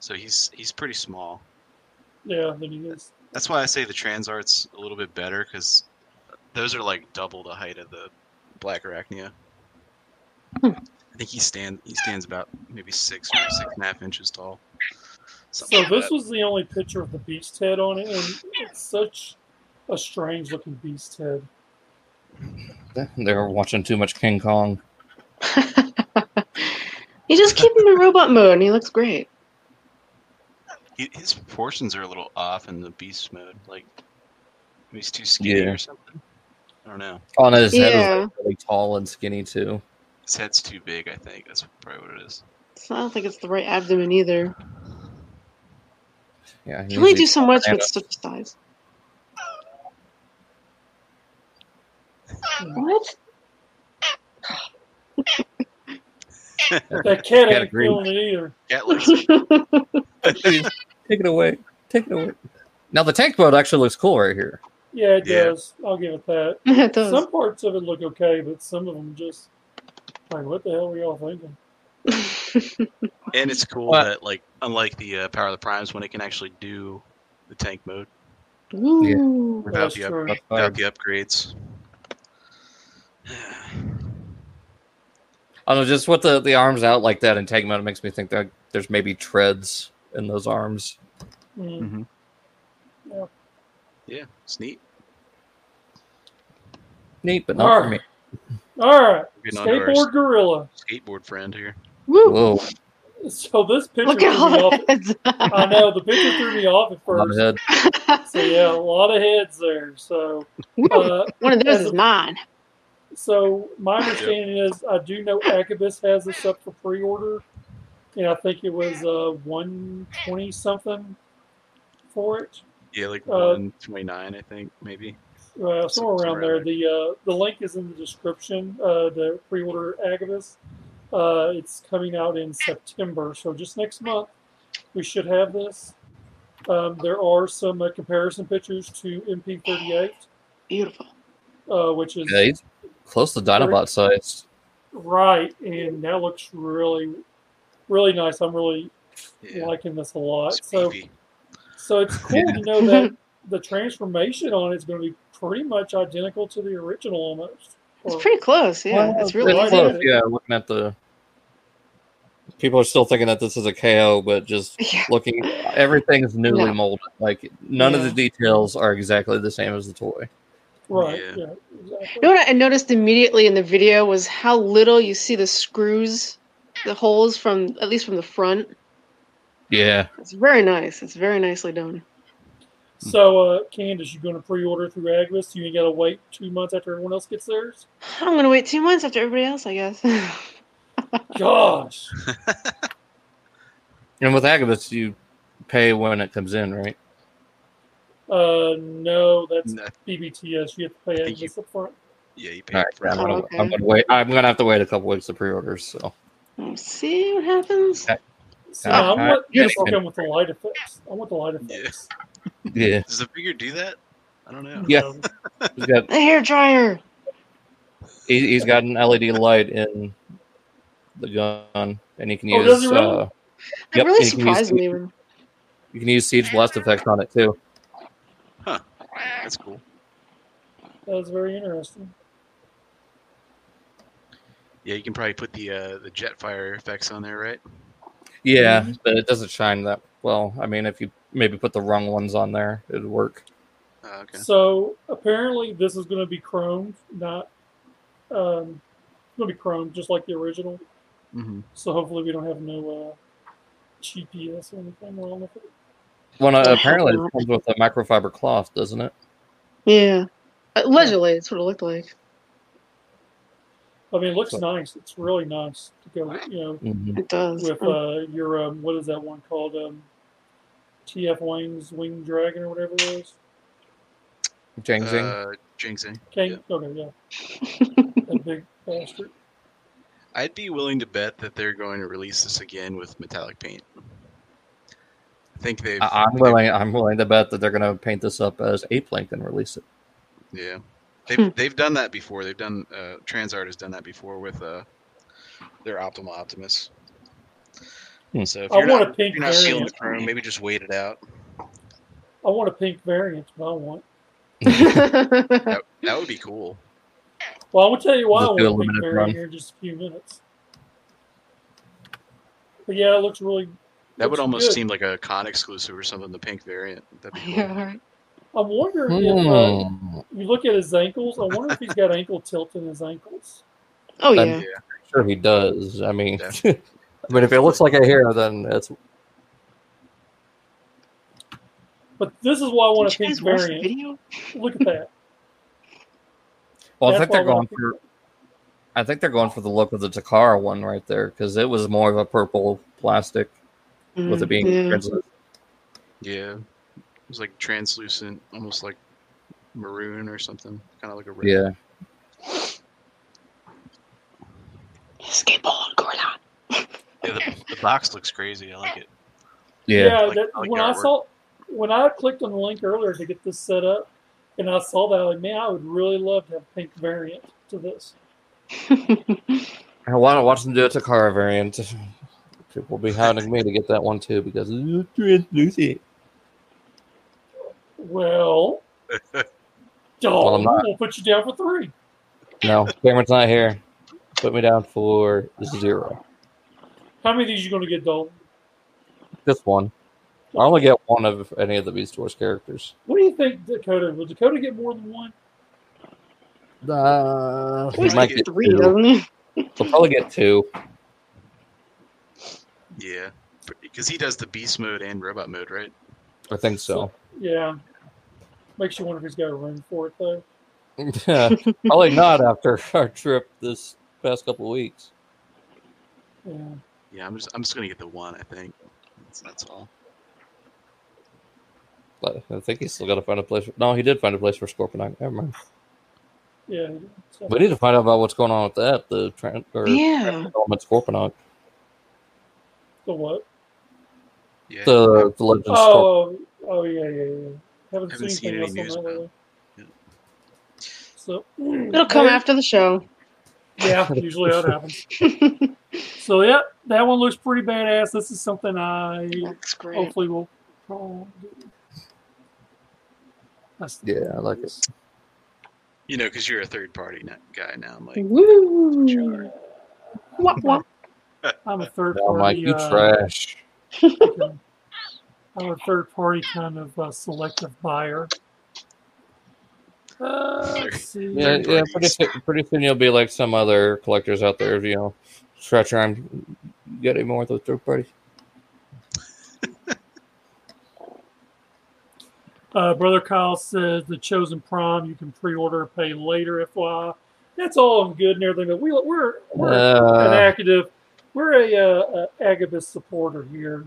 So he's he's pretty small. Yeah, then he is. That's why I say the Transart's a little bit better because those are like double the height of the Black Arachnia. I think he stand he stands about maybe six or six and a half inches tall. So Something like this that. was the only picture of the beast head on it, and it's such a strange looking beast head. They're watching too much King Kong. you just keep him in robot mode and he looks great. He- his proportions are a little off in the beast mode. Like maybe he's too skinny Yeah. or something. I don't know. On his head is Yeah. like, really tall and skinny too. His head's too big. I think that's probably what it is. So I don't think it's the right abdomen either. Yeah, You can only usually- do so much stand with up. such a size. What? That cat Gotta ain't agree. feeling it either. Cat looks. That's Take it away. Take it away. Now the tank mode actually looks cool right here. Yeah, it Yeah. does. I'll give it that. Some parts of it look okay, but some of them just like, what the hell were y'all thinking? and it's cool What? that like unlike the uh, Power of the Primes, when it can actually do the tank mode Ooh. without That's the, up- true. That's without fine. the upgrades. I don't know, just with the, the arms out like that in tank mode, it makes me think that there's maybe treads in those arms. Mm. Yeah, it's neat. Neat, but not for me. All right, We're getting onto our skateboard gorilla. skateboard friend here. Woo! Whoa, So this picture Look threw at me all off. the heads. I know the picture threw me off at a lot of first. head. So yeah, a lot of heads there. So, Woo. uh, One of those is mine. so my understanding is I do know Acubus has this up for pre-order, and I think it was uh, one twenty something for it, Yeah, like Uh, 129, I think, maybe. uh, somewhere around Somewhere there. around The uh, the link is in the description. Uh, the pre-order Acubus. Uh, it's coming out in September, so just next month we should have this. Um, there are some uh, comparison pictures to MP38, Beautiful. uh, which is Yeah, he's close to Dinobot size. Right, and that looks really, really nice. I'm really Yeah. liking this a lot. it's So, beefy. so it's cool to know that the transformation on it's going to be pretty much identical to the original almost. It's Or- pretty close. Yeah, it's really it's close. close. Yeah, looking at the people are still thinking that this is a KO, but just Yeah. looking, everything's newly No. molded. Like none of Yeah. the details are exactly the same as the toy. right. Yeah. Yeah. You know exactly. what I noticed immediately in the video was how little you see the screws, the holes from at least from the front. Yeah, It's very nice. It's very nicely done. So, uh, Candace, you going to pre-order through Agvis? You ain't got to wait two months after everyone else gets theirs. I'm gonna wait two months after everybody else, I guess. Gosh. and with Agabus, you pay when it comes in, right? Uh, no, that's No, BBTS. You have to pay I think you- Agvis up front. yeah, you paid All right, for I'm it. gonna, Oh, okay. I'm gonna wait. I'm gonna have to wait a couple weeks to pre-orders. So We'll see what happens. Okay. So I Uh, want yeah, this to and- come with the light effects. I want the light Yeah. effects. yeah, Does the figure do that? I don't know. Yeah. he's got The hair dryer. he, he's got an LED light in the gun, and he can Oh, use. does he really? uh, That Yep, really and you can use surprised me. you can use siege blast effects on it too. That's cool. That was very interesting. Yeah, you can probably put the uh, the jet fire effects on there, right? Yeah, Mm-hmm. but it doesn't shine that well. I mean, if you maybe put the wrong ones on there, it'd work. Uh, okay. So apparently, this is going to be chromed, not um, going to be chromed, just like the original. Mm-hmm. So hopefully, we don't have no uh, GPS or anything wrong with it. Well, I no, hope apparently not. it comes with a microfiber cloth, doesn't it? Yeah. Allegedly, it's what it looked like. I mean, it looks nice. It's really nice to go, you know, hmm It does. Oh. with uh, your um, what is that one called? Um, TF Wang's Winged Dragon or whatever it is. Jang Jing. Uh, Jingxing. King. Okay, yeah. that big bastard. I'd be willing to bet that they're going to release this again with metallic paint. I think they've. I- Uh, I'm willing. I'm willing to bet that they're going to paint this up as ape link and release it. Yeah, they've Hmm. they've done that before. They've done uh, Transart has done that before with uh, their Optimal Optimus. Hmm. So if I you're want not, a if pink you're not feeling variant. the chrome, maybe just wait it out. I want a pink variant. But I want. uh, That, that would be cool. Well, I'm gonna tell you why I Just want do a to pick limited Barry run. here in just a few minutes. But yeah, it looks really. That looks would almost good. seem like a con exclusive or something. The pink variant. That'd be cool. yeah, all right. I'm wondering if uh, Mm, you look at his ankles. I wonder if he's got ankle tilt in his ankles. Oh Then- yeah. sure, he does. I mean, I mean, if it looks like a hero, then it's But this is why I want a Did you pink guys watch the variant. video? Look at that. Well, That's I think why they're I going like for. I think they're going for the look of the Takara one right there because it was more of a purple plastic with it being Mm, Yeah. translucent. Yeah, it was like translucent, almost like maroon or something, kind of like a red. Yeah, Skateboard going on. Yeah, the, the box looks crazy. I like it. yeah. Like- that, like when I artwork. saw when I clicked on the link earlier to get this set up, and I saw that, like, man, I would really love to have a pink variant to this. I want to watch them do a Takara variant. People will be hounding me to get that one too because it's translucent. Well, Well, I'm dog, not. we'll put you down for three. No, Cameron's not here. Put me down for zero. How many of these you going to get, Dalton? Just one. I only get one of any of the Beast Wars characters. What do you think, Dakota? Will Dakota get more than one? Uh, Always like might get three, two. doesn't he? He'll probably get two. Yeah, because he does the beast mode and robot mode, right? I think so. Yeah. Makes you wonder if he's got room for it, though. Yeah, probably not after our trip this past couple of weeks. Yeah. Yeah, I'm just I'm just gonna get the one. I think that's, that's all. But I think he's still got to find a place. No, he did find a place for Scorpion. Never mind. Yeah. so- We need to find out about what's going on with that. The tran or Yeah. development Scorponok. the what? Yeah, The the legends. Scorp- Oh, oh yeah, yeah, yeah. Haven't, Haven't seen seen anything any else on news that about lately. it. So It'll come after the show. Yeah, usually that happens. So yeah, that one looks pretty badass. This is something I That's great. hopefully will. Oh, that's yeah, I like it. you know, because you're a third party na- guy now. I'm like, Woo! Wah, wah. I'm a third No, Mike, party. you uh, trash. okay. I'm a third party kind of uh, selective buyer. Uh, let's see. Yeah, Third yeah. Pretty parties. soon, pretty soon you'll be like some other collectors out there. You know, stretch arm. You got any more of those third parties? Uh, Brother Kyle says the Chosen Prom you can pre-order, and pay later. FYI, that's all good and everything, but we we're we're an Uh, active, we're a, uh a Agabus supporter here,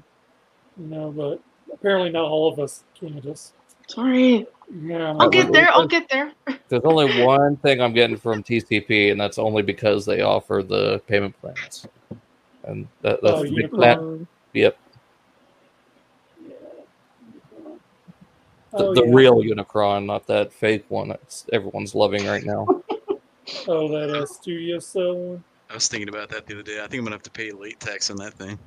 you know, but apparently not all of us can just Sorry. yeah. I'll get there. I'll get there. there's only one thing I'm getting from TCP, and that's only because they offer the payment plans. And that, that's Oh, the you- big plan. um, Yep, the, oh, the yeah. real Unicron, not that fake one that's everyone's loving right now. oh that uh, studio cell one. I was thinking about that the other day. I think I'm gonna have to pay late tax on that thing.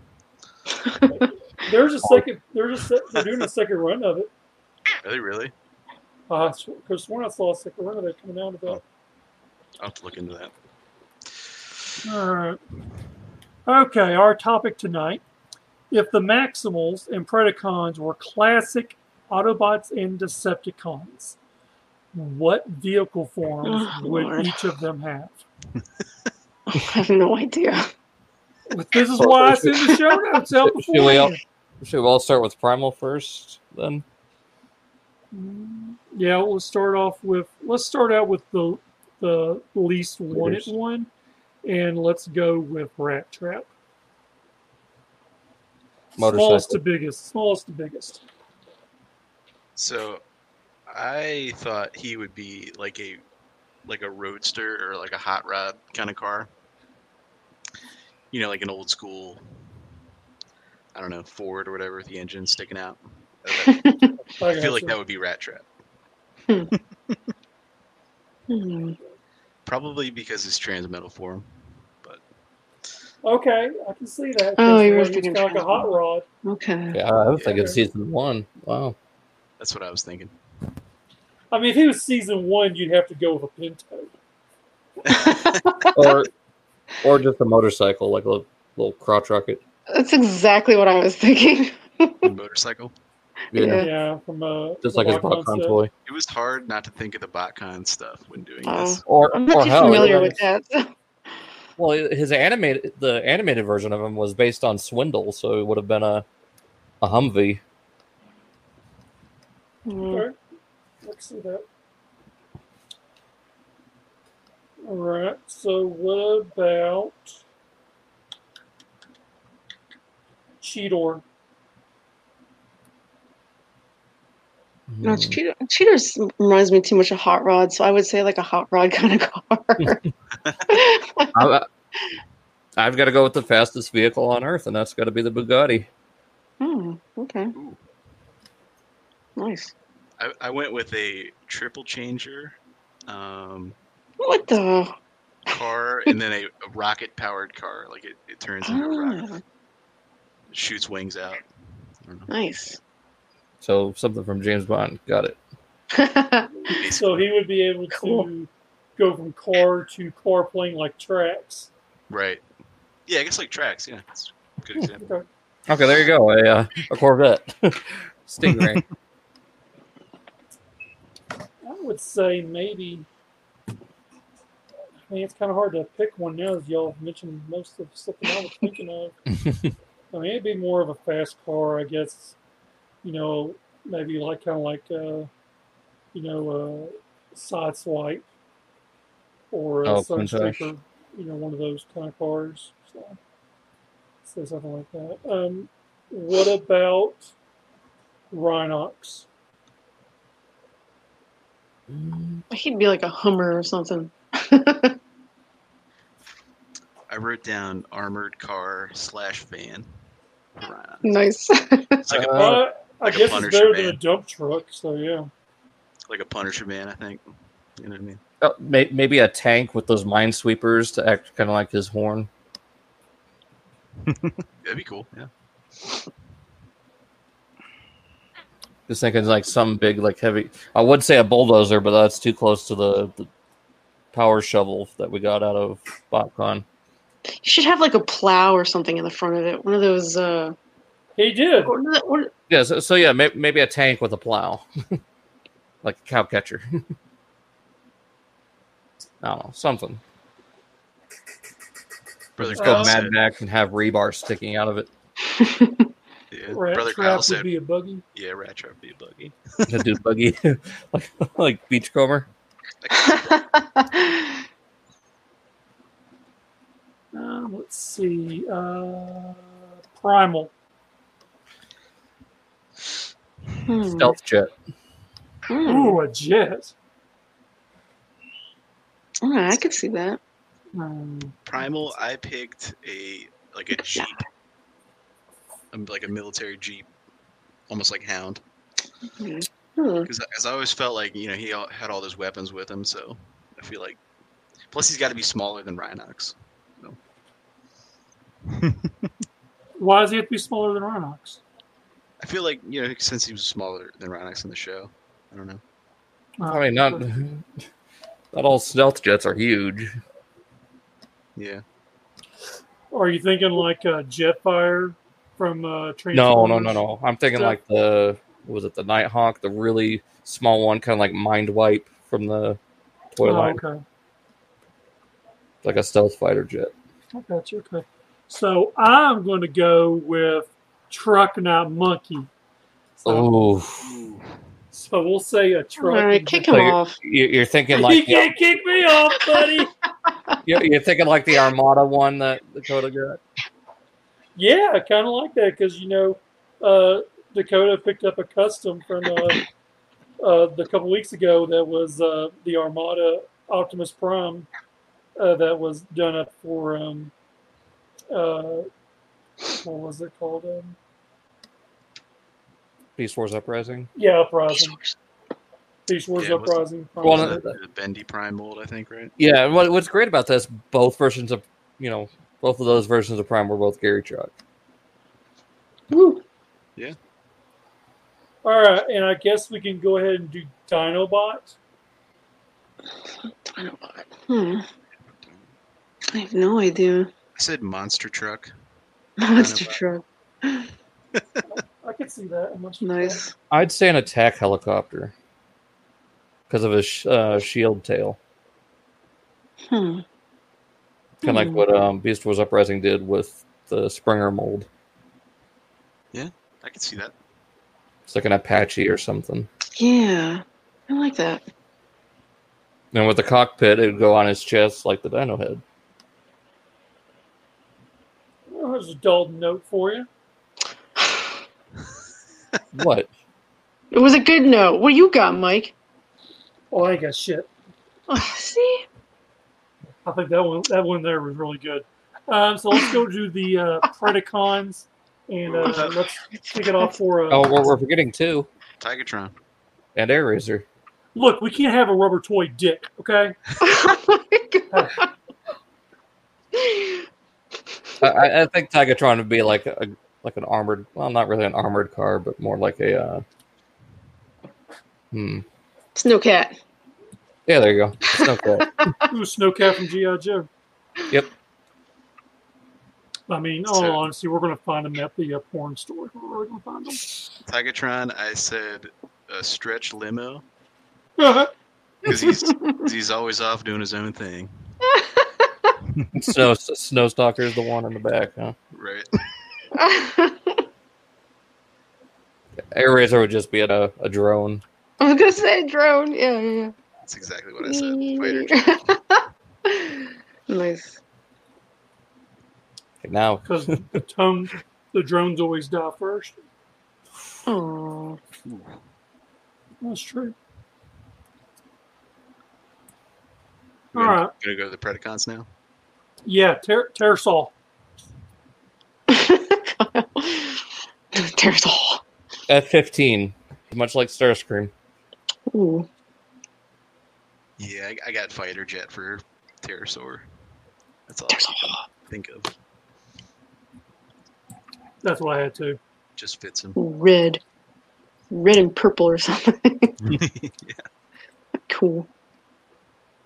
There's a second. There's a se- they're doing a second run of it. Are they really? Uh, because when I saw a second run of it coming out about I'll have to look into that. All right. Okay, our topic tonight. If the Maximals and Predacons were classic Autobots and Decepticons, what vehicle forms Oh, would Lord. each of them have? I have no idea. But This is why it's in the show notes out Should we all- beforehand. Should we all start with Primal first, then? Mm, Yeah, we'll start off with let's start out with the the least wanted Leaders. one, and let's go with Rat Trap. Smallest to Motorcycle. biggest, smallest to biggest. So, I thought he would be like a like a roadster or like a hot rod kind of car. You know, like an old school. I don't know Ford or whatever with the engine sticking out. I I feel like gotcha. that would be Rat Trap. Hmm. Probably because it's transmetal form. Okay, I can see that. Oh, you were It's thinking kind of like a hot rod. Okay. Yeah, I was thinking season one. Wow. That's what I was thinking. I mean, if he was season one, you'd have to go with a Pinto. or or just a motorcycle, like a little crotch rocket. That's exactly what I was thinking. motorcycle. Yeah. Yeah, from uh, Just like his Botcon Botcon set. toy. It was hard not to think of the botcon stuff when doing Oh. this. Or, I'm not or too hell, familiar yeah. with that. Well, his animated the animated version of him was based on Swindle, so it would have been a a Humvee. Hmm. Okay, I can see that. All right. So what about Cheetor? No, cheater, cheaters reminds me too much of hot rod, so I would say like a hot rod kind of car. I, have got to go with the fastest vehicle on Earth, and that's got to be the Bugatti. Hmm, okay. Ooh. Nice. I, I went with a triple changer um, What the? car and then a, a rocket powered car. Like it, it turns into a rocket, Ah, shoots wings out. I don't know. nice. So something from James Bond. Got it. So he would be able Cool. to go from car to car playing like tracks. Right. Hmm. Yeah, I guess like tracks. Yeah, that's a good example. Okay. Okay, there you go. A, uh, a Corvette. Stingray. I would say maybe. I mean, it's kind of hard to pick one now, as y'all have mentioned most of the stuff that I was thinking of. I mean, it'd be more of a fast car, I guess. You know, maybe like kind of like, uh, you know, uh, side swipe or a Oh, Countach. Sunstreaker. You know, one of those kind of cars. So, so something like that. Um, what about Rhinox? I could be like a Hummer or something. I wrote down armored car slash van. Right. nice. It's like, Uh, a, Uh, I like a guess it's Punisher better than a van. dump truck. So yeah. like a Punisher van, I think. You know what I mean? Oh, may- maybe a tank with those minesweepers to act kind of like his horn. That'd be cool. Yeah. Just thinking like some big, like heavy. I would say a bulldozer, but that's too close to the, the power shovel that we got out of BotCon. You should have like a plow or something in the front of it. One of those. Uh, He did. what are the- what are- Yeah, so, so yeah, may- maybe a tank with a plow, like a cow catcher. I don't know, something. Brother Just Kyle go Uh, Mad said, Max and have rebar sticking out of it yeah, Rat Brother Kyle trap would said, be a buggy. yeah, rat trap would be a buggy. to do buggy, like like beachcomber. Um, let's see. Uh, primal. Hmm. Stealth jet. Hmm. Ooh, a jet. All right, Hmm, I could see that. Um, Primal, I picked a like a jeep, um, like a military jeep, almost like Hound, Hmm. because I always felt like you know he al- had all those weapons with him, so I feel like. Plus, he's got to be smaller than Rhinox. why does he have to be smaller than Rhinox? I feel like you know since he was smaller than Rhinox in the show, I don't know. Oh. I mean, not Uh, not all stealth jets are huge. Yeah, Are you thinking like uh, Jetfire from uh, No, Transformers? no, no, no. I'm thinking Stuff. like the what was it the Nighthawk, the really small one, kind of like Mind Wipe from the toy Oh, line, okay, like a stealth fighter jet. I got you. Okay, so I'm going to go with Truck Not Monkey. So, Oh, so we'll say a All truck. right, and kick jet- him Like- off. you're thinking you like can't kick me off, buddy. you're, you're thinking like the Armada one that Dakota got. Yeah, I kind of like that because you know uh, Dakota picked up a custom from uh, uh, the couple weeks ago that was uh, the Armada Optimus Prime uh, that was done up for um, uh, what was it called? Um, Peace Wars Uprising. yeah, Uprising. Beast Wars Yeah, it was- Uprising. Well, So no- Prime. the, the bendy prime mold, I think, right? Yeah, and what, what's great about this, both versions of you know, both of those versions of Prime were both Gary Chuck. Woo. Yeah. All right, and I guess we can go ahead and do Dinobot. I don't know. Hmm. I have no idea. I said monster truck. Monster Dinobot. truck. I could see that. unless you- Nice. I'd say an attack helicopter because of his uh, shield tail, Hmm. kind of Hmm. like what um, Beast Wars Uprising did with the Springer mold. I could see that. It's like an Apache or something. Yeah, I like that. And with the cockpit, it would go on his chest like the dino head. Well, There's a dull note for you. What? It was a good note. What you got, Mike? Oh, I ain't got shit. Oh, see? I think that one that one there was really good. Um, so let's go to the uh, Predacons and uh, let's kick it off for. Uh, Oh, we're, we're forgetting two. Tigertron. And Air Razor. Look, we can't have a rubber toy dick, okay? oh my god. I- I, I think Tigatron would be like a like an armored, well, not really an armored car, but more like a. Uh, hmm. Snowcat. Yeah, there you go. Snowcat. Ooh, Snowcat from GI Joe. Yep. I mean, all So- honestly, we're gonna find them at the uh, porn store. We're gonna find them. Tigatron, I said a stretch limo because he's 'cause he's always off doing his own thing, Snow Snowstalker is the one in the back, huh? right? Air Razor would just be a, a drone. I was gonna say drone. Yeah, yeah. That's exactly what I said. Fighter drone. yeah. nice. Okay, now, because the tone, the drones always die first. Oh, That's true. We're gonna, Alright. gonna go to the Predacons now. Yeah, Ter- Terrasol. there's all. F 15, much like Starscream. Ooh. Yeah, I, I got fighter jet for pterosaur. That's all I There's can think of. That's what I had to. Just fits him. red, red and purple or something. Cool.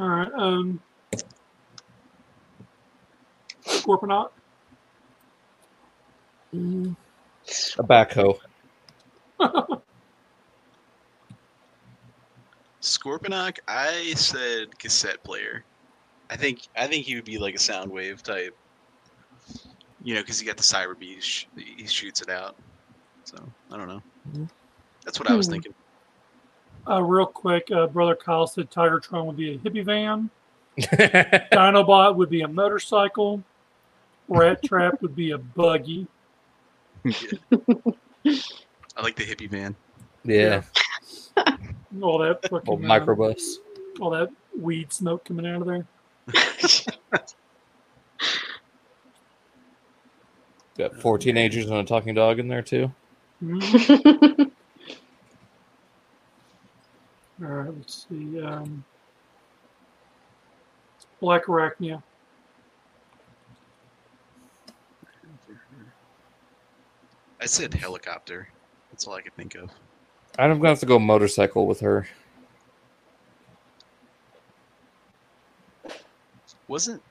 All right. Um, Scorponok. A backhoe. Scorponok, I said cassette player. I think I think he would be like a sound wave type. You know, because he got the cyber beast, he shoots it out. So I don't know. That's what I was Hmm. thinking. Uh, real quick, uh, brother Kyle said Tigertron would be a hippie van. That's Dinobot would be a motorcycle. Rat Trap would be a buggy. Yeah. I like the hippie van. Yeah. All that fucking Old uh, microbus. all that weed smoke coming out of there. Got four teenagers and a talking dog in there, too. Mhm. All right, let's see. Um, Black Arachnia. I said helicopter. That's all I could think of. I'm going to have to go motorcycle with her. Wasn't.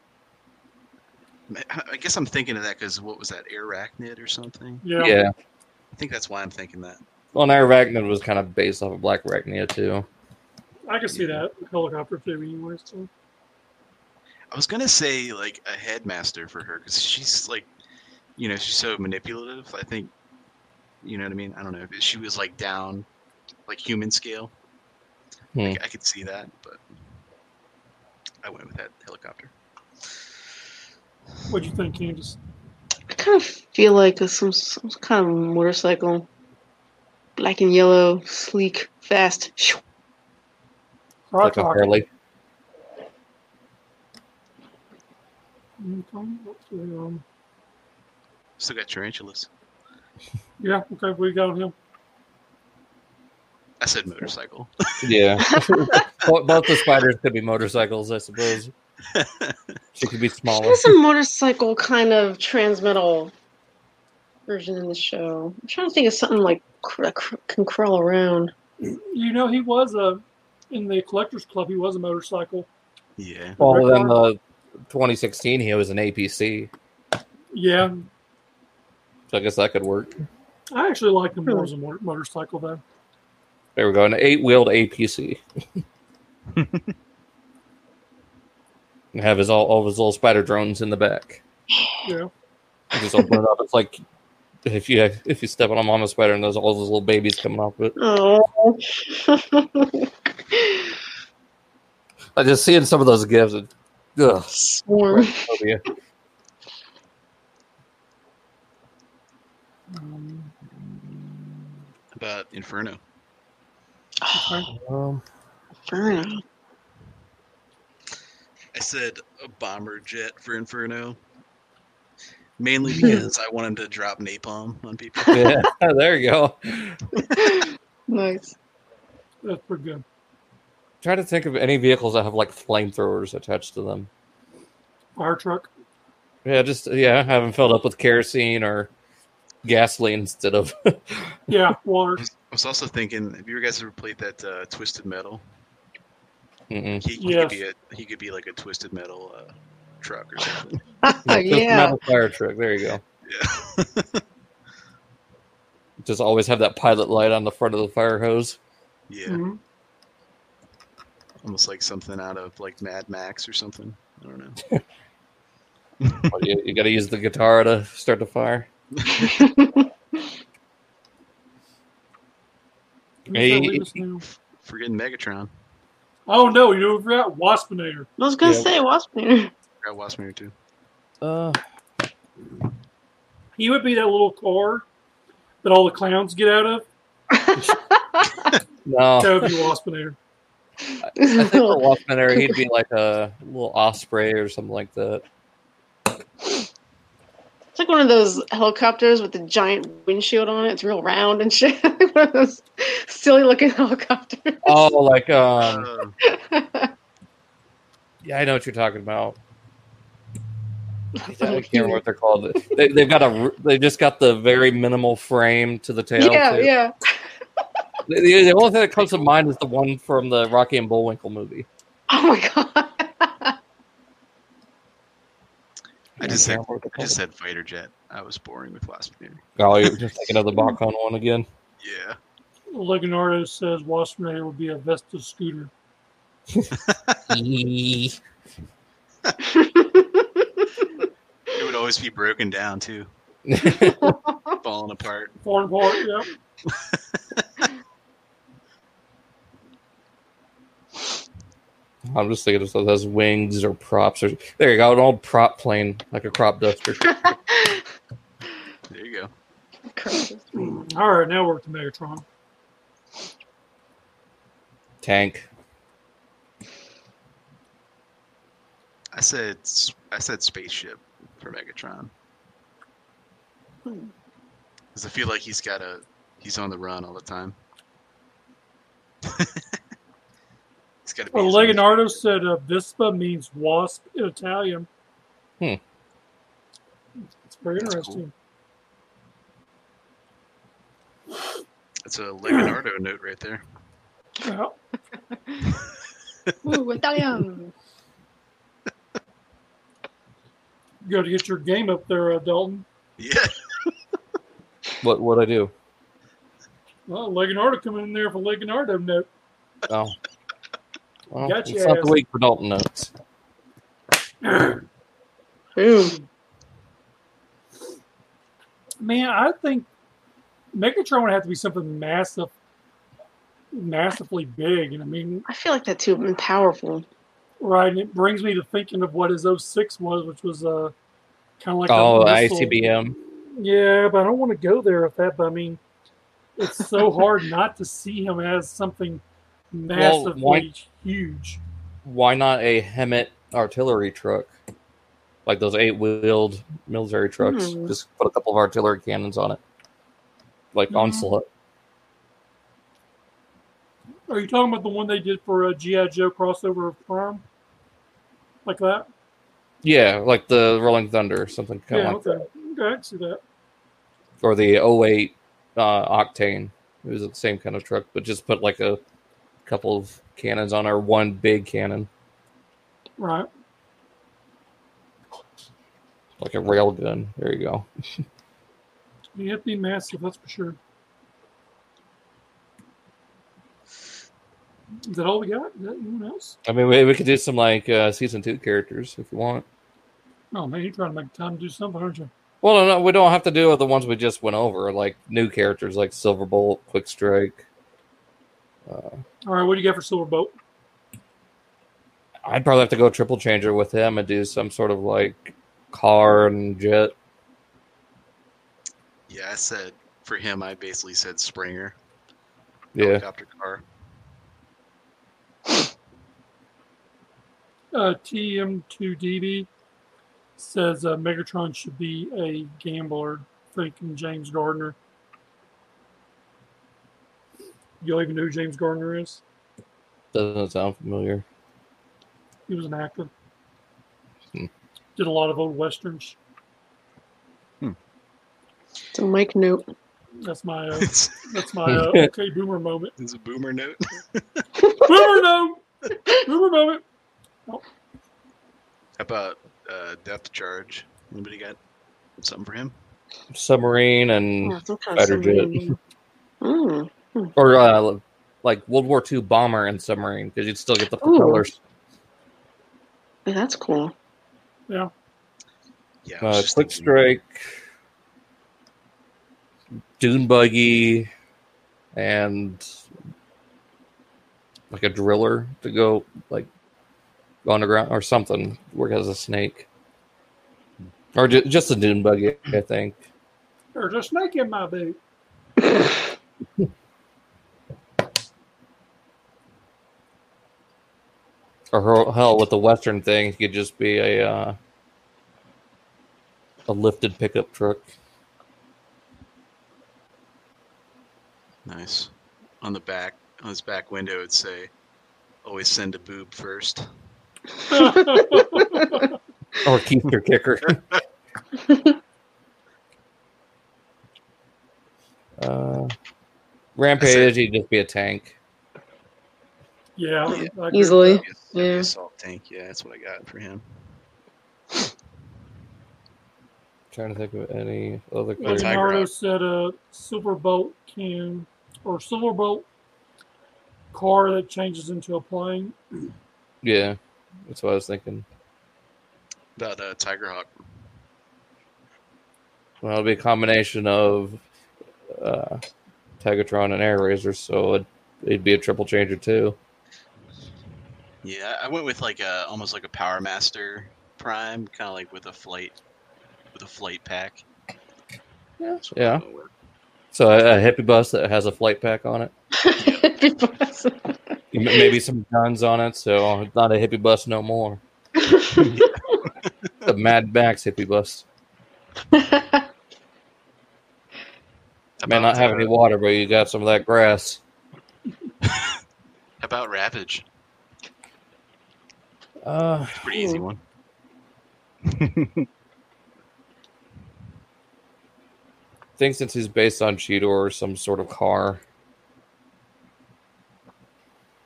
I I guess I'm thinking of that because what was that, Arachnid or something? Yeah. yeah. I think that's why I'm thinking that. Well, and Arachnid was kind of based off of Black Arachnia, too. I can see that helicopter too. Anyway, so I was gonna say like a headmaster for her because she's like, you know, she's so manipulative. I think, you know what I mean. I don't know if she was like down, like human scale. Like, I could see that, but I went with that helicopter. what do you think, Candace? I kind of feel like a, some some kind of motorcycle, black and yellow, sleek, fast. Shoo. Rock Like a Rocket. Harley. Okay, let's see, um, Still got tarantulas. Yeah, okay, we got him. I said motorcycle. Yeah. Bo- Both the spiders could be motorcycles, I suppose. She could be smaller. There's a motorcycle kind of transmittal version in the show. I'm trying to think of something like cr- cr- can crawl around. You know, he was a in the collectors club. He was a motorcycle. Yeah, Well, then the 2016, he was an APC. Yeah, So I guess that could work. I actually liked him more as a mo- motorcycle though. There we go. An eight wheeled APC. And have his all, all of his little spider drones in the back. Yeah, You just open it up. It's like if you if you step on a mama spider and there's all those little babies coming off of it. Oh. I just seeing some of those gifs. It, ugh, Warm. phobia. um, about Inferno. Um, Inferno. I said a bomber jet for Inferno. Mainly because I wanted to drop napalm on people. yeah, there you go. nice. that's pretty good. Try to think of any vehicles that have like flamethrowers attached to them. Fire truck. Yeah, just yeah, have them filled up with kerosene or gasoline instead of Yeah, water. I was also thinking, have you guys ever played that uh, Twisted Metal? Mm-mm. He, he could Yes. be a he could be like a Twisted Metal uh, truck or something. Just Oh, yeah. metal fire truck. There you go. yeah, Just always have that pilot light on the front of the fire hose. yeah, Mm-hmm. Mhm. almost like something out of like Mad Max or something. I don't know. What, you, you got to use the guitar to start the fire. Hey. Leave us now. Forgetting Megatron. Oh no, you know, we forgot Waspinator. I was gonna Yeah. say Waspinator. Forgot Waspinator too. Uh, He would be that little car that all the clowns get out of. no, That would be Waspinator. I think for Waspinator, he'd be like a little osprey or something like that. It's like one of those helicopters with the giant windshield on it. It's real round and shit. one of those silly looking helicopters. Oh, like um, Uh, yeah, I know what you're talking about. I can't remember what they're called. They, they've got a, r- they just got the very minimal frame to the tail. yeah, too. yeah. The, the- the only thing that comes to mind is the one from the Rocky and Bullwinkle movie. Oh my god. I just can't said remember what they're I just called. said fighter jet. I was boring with Waspinator. Oh, you're just thinking of the Bacon one again. Yeah. Leonardo says Waspinator would be a Vesta scooter. Eee. It would always be broken down too, falling apart. Foreign part, yeah. I'm just thinking of stuff that has wings or props. Or there you go, an old prop plane like a crop duster. There you go. Curses. All right, now we're at the Megatron. Tank. I said s- I said spaceship for Megatron. Hmm. Because I feel like he's got a he's on the run all the time. he's got to be. Well, his own- Leonardo said uh, Vespa means wasp in Italian. Hmm. It's very That's interesting. That's a Leonardo note right there. Yeah. Ooh, Italian. You got to get your game up there, uh, Dalton. Yeah. What would I do? Well, Leonardo coming in there for Leonardo note. Oh. Well, Gotcha. It's not the week for Dalton notes. Boom. Man, I think Megatron would have to be something massive, massively big. And I mean, I feel like that too been powerful. right? And it brings me to thinking of what his 06 was, which was uh, kind of like oh, a missile. ICBM. Yeah, but I don't want to go there with that. But I mean, it's so hard not to see him as something massively why- huge. Why not a Hemet artillery truck? Like those eight wheeled military trucks. Hmm. Just put a couple of artillery cannons on it. Like Yeah. Onslaught. Are you talking about the one they did for a GI Joe crossover farm, like that? Yeah, like the Rolling Thunder or something kind of yeah, like okay. Okay, I can see that. or the 08 uh, Octane. It was the same kind of truck, but just put like a couple of cannons on or one big cannon, Right. like a rail gun. There you go. You have to be massive, that's for sure. Is that all we got? Is that anyone else? I mean, we, we could do some like uh, season two characters if you want. Oh man, you're trying to make time to do something, aren't you? Well, no, no, we don't have to do the ones we just went over, like new characters like Silverbolt, Quick Strike. All right, what do you got for Silverbolt? I'd probably have to go triple changer with him and do some sort of like car and jet. Yeah, I said for him. I basically said Springer Yeah. helicopter car. Uh, TM2DB says uh, Megatron should be a gambler, thinking James Gardner. Y'all even know who James Gardner is? Doesn't sound familiar. He was an actor. Hmm. Did a lot of old westerns. It's a mic note. That's my uh, it's, that's my uh, okay boomer moment. it's a boomer note. Boomer no. Boomer moment. How about uh, depth charge? Anybody got something for him? Submarine and Yeah, some kind of Fighter jet. submarine. Mm. or uh, like World War II bomber and submarine because you'd still get the propellers. Yeah, that's cool. Yeah. Yeah. I was Uh, just Quick thinking- Strike, Dune Buggy, and like a driller to go like underground or something. Work as a snake, or ju- just a Dune Buggy, I think. There's a snake in my boot. Or hell- hell, with the Western thing, it could just be a uh, a lifted pickup truck. Nice. On the back, on his back window, it'd say, "Always send a boob first. or keep your kicker. uh, rampage, he'd just be a tank. yeah. I agree. Easily. Yes, that'd be Yeah. a Salt tank. Yeah, that's what I got for him. trying to think of any Well, other character. Tiger Leonardo Eye. said a silver bolt can or silver bolt car that changes into a plane. Yeah, that's what I was thinking. About uh, Tiger Hawk. Well, it'll be a combination of uh, Tigatron and Air Razor, so it'd, it'd be a triple changer too. Yeah, I went with like a almost like a Power Master Prime, kind of like with a flight, with a flight pack. That's what Yeah. I'm going with. So a, a hippie bus that has a flight pack on it, M- maybe some guns on it. So it's not a hippie bus no more. The Mad Max hippie bus. How May about, not have uh, any water, but you got some of that grass. How about Ravage? Uh, Pretty easy one. I think since he's based on Cheetor or some sort of car,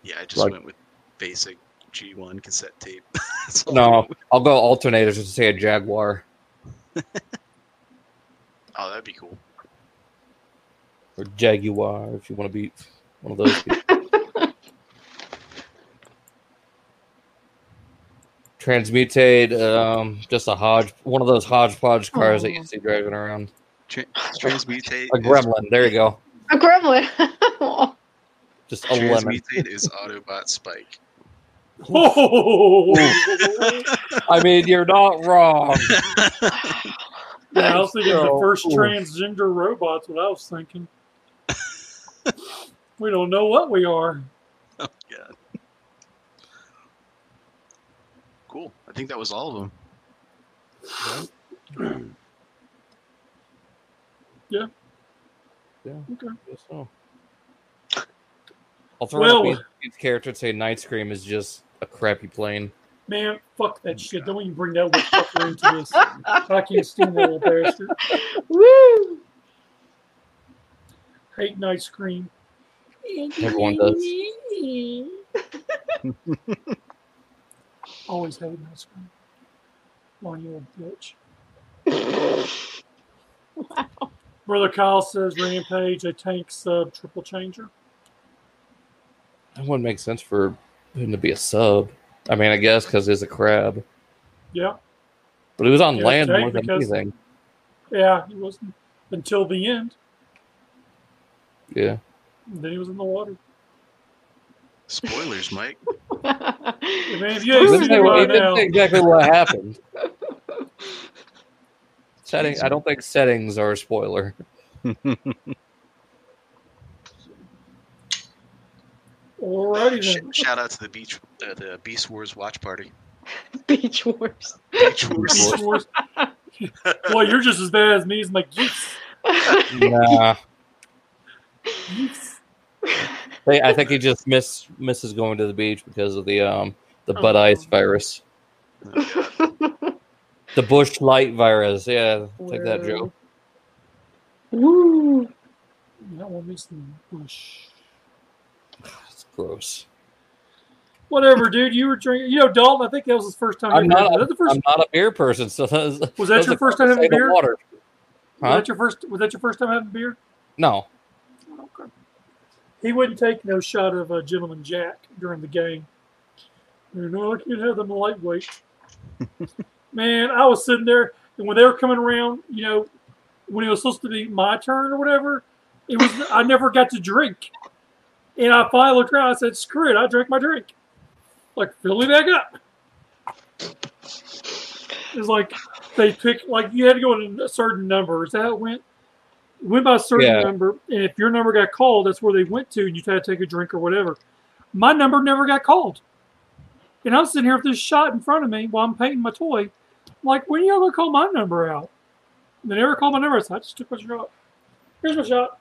Yeah, I just Like- went with basic G1 cassette tape. That's all. no, I'll go alternators and say a Jaguar Oh, that'd be cool. or Jaguar if you want to be one of those. people. Transmutate, um, just a hodge, one of those hodgepodge cars that you see driving around. Tra- transmutate. A is- gremlin. There you go. A gremlin. Aw. Just a lemon. Transmutate is Autobot Spike. Oh, I mean, you're not wrong. yeah, I was thinking the So first cool. transgender robot's what I was thinking. we don't know what we are. Oh god. Cool. I think that was all of them. Okay. Guess so. I'll throw Well- well, up these character and say Night Scream is just a crappy plane. Man, fuck that shit. Don't even bring that little fucker into this. I can't stand that little bastard. Woo! Hate night scream. Everyone does. Always hated night scream. Why you a bitch? Brother Kyle says Rampage, a tank sub triple changer. That wouldn't make sense for him to be a sub. I mean, I guess because he's a crab, Yeah, but he was on Yeah, land right, more than because- anything. yeah, he wasn't until the end. Yeah, And then he was in the water. Spoilers, Mike. Hey, man, if you ain't he didn't seen it say, what- he by didn't now, say exactly what happened. Setting, I don't think settings are a spoiler. alrighty Sh- then. shout out to the beach, uh, the Beast Wars watch party. Beach Wars. Beach Wars. Beast Wars. Boy, you're just as bad as me as my geeks. Nah, Geeks. They- I think he just miss, misses going to the beach because of the um the butt ice virus, the bush light virus. Yeah, take that, Joe. Woo! That one makes me wish. It's gross. Whatever, dude. You were drinking. You know, Dalton. I think that was his first time. having I'm beer. not. Was that Oh, the first? I'm not a beer person. So that was, Was that your a first time having state of beer? Water. Was Huh? that your first? Was that your first time having beer? No. Okay. He wouldn't take no shot of uh, Gentleman Jack during the game. You know, I can't have them lightweight. Man, I was sitting there. And when they were coming around, you know, when it was supposed to be my turn or whatever, it was I never got to drink. And I finally looked around. I said, "Screw it! I drank my drink." Like fill me back up. It's like they pick like you had to go in a certain number. Is that how it went? It went by a certain Yeah. number, and if your number got called, that's where they went to, and you had to take a drink or whatever. My number never got called, and I'm sitting here with this shot in front of me while I'm painting my toy. I'm like, when are y'all gonna call my number out? And they never called my number, so I just took my shot. Here's my shot.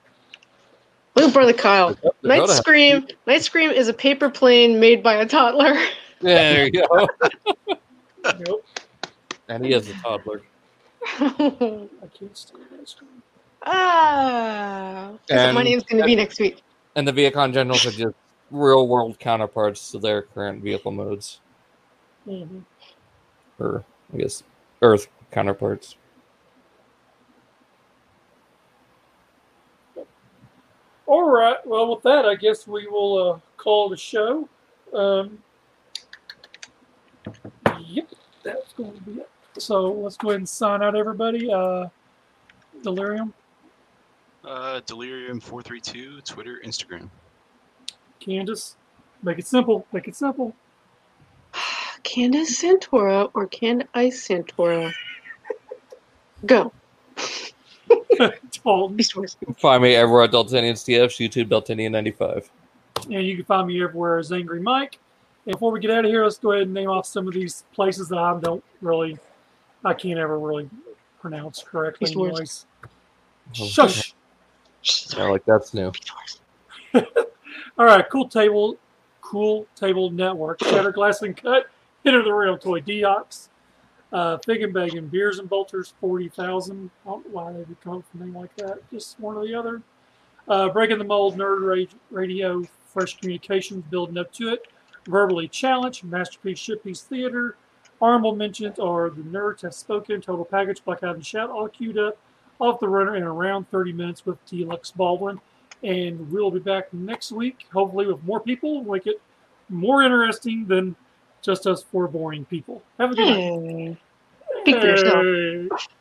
Look, brother Kyle. Dakota- Night Dakota- Scream. Night Scream is a paper plane made by a toddler. There you go. nope, And he is a toddler. I can't stand that screen. ah. So my And- name's gonna be next week. And the Viacon generals are just real world counterparts to their current vehicle modes, Mhm. or I guess Earth counterparts. All right. Well, with that, I guess we will uh, call the show. Um, yep, that's going to be it. So let's go ahead and sign out, everybody. Uh, Delirium, Uh, Delirium432, Twitter, Instagram. Candace, make it simple. Make it simple. Candace Santora or Can I Santora? Go. Dalton. Beast Wars. Find me everywhere at Deltinian CFs, YouTube Deltinian95. And you can find me everywhere as Angry Mike. And before we get out of here, let's go ahead and name off some of these places that I don't really, I can't ever really pronounce correctly. These words. Anyways. Shush. Yeah, like that's new. All right, cool table, cool table network. Shatter glass and cut. Enter the rail toy. Deox, uh, Fig and Bacon, Beers and Bolters, forty thousand. I don't know why they would come up with a name like that. Just one or the other. Uh, Breaking the mold, Nerd Rage Radio, Fresh Communications, building up to it. Verbally challenged, masterpiece, shitpiece theater. Honorable mentions are the nerds have spoken, total package, blackout and shout, all queued up, off the runner in around 30 minutes with T. Lux Baldwin and we'll be back next week, hopefully with more people, make it more interesting than just us four boring people. Have a good night. Hey. Speak for yourself. Hey.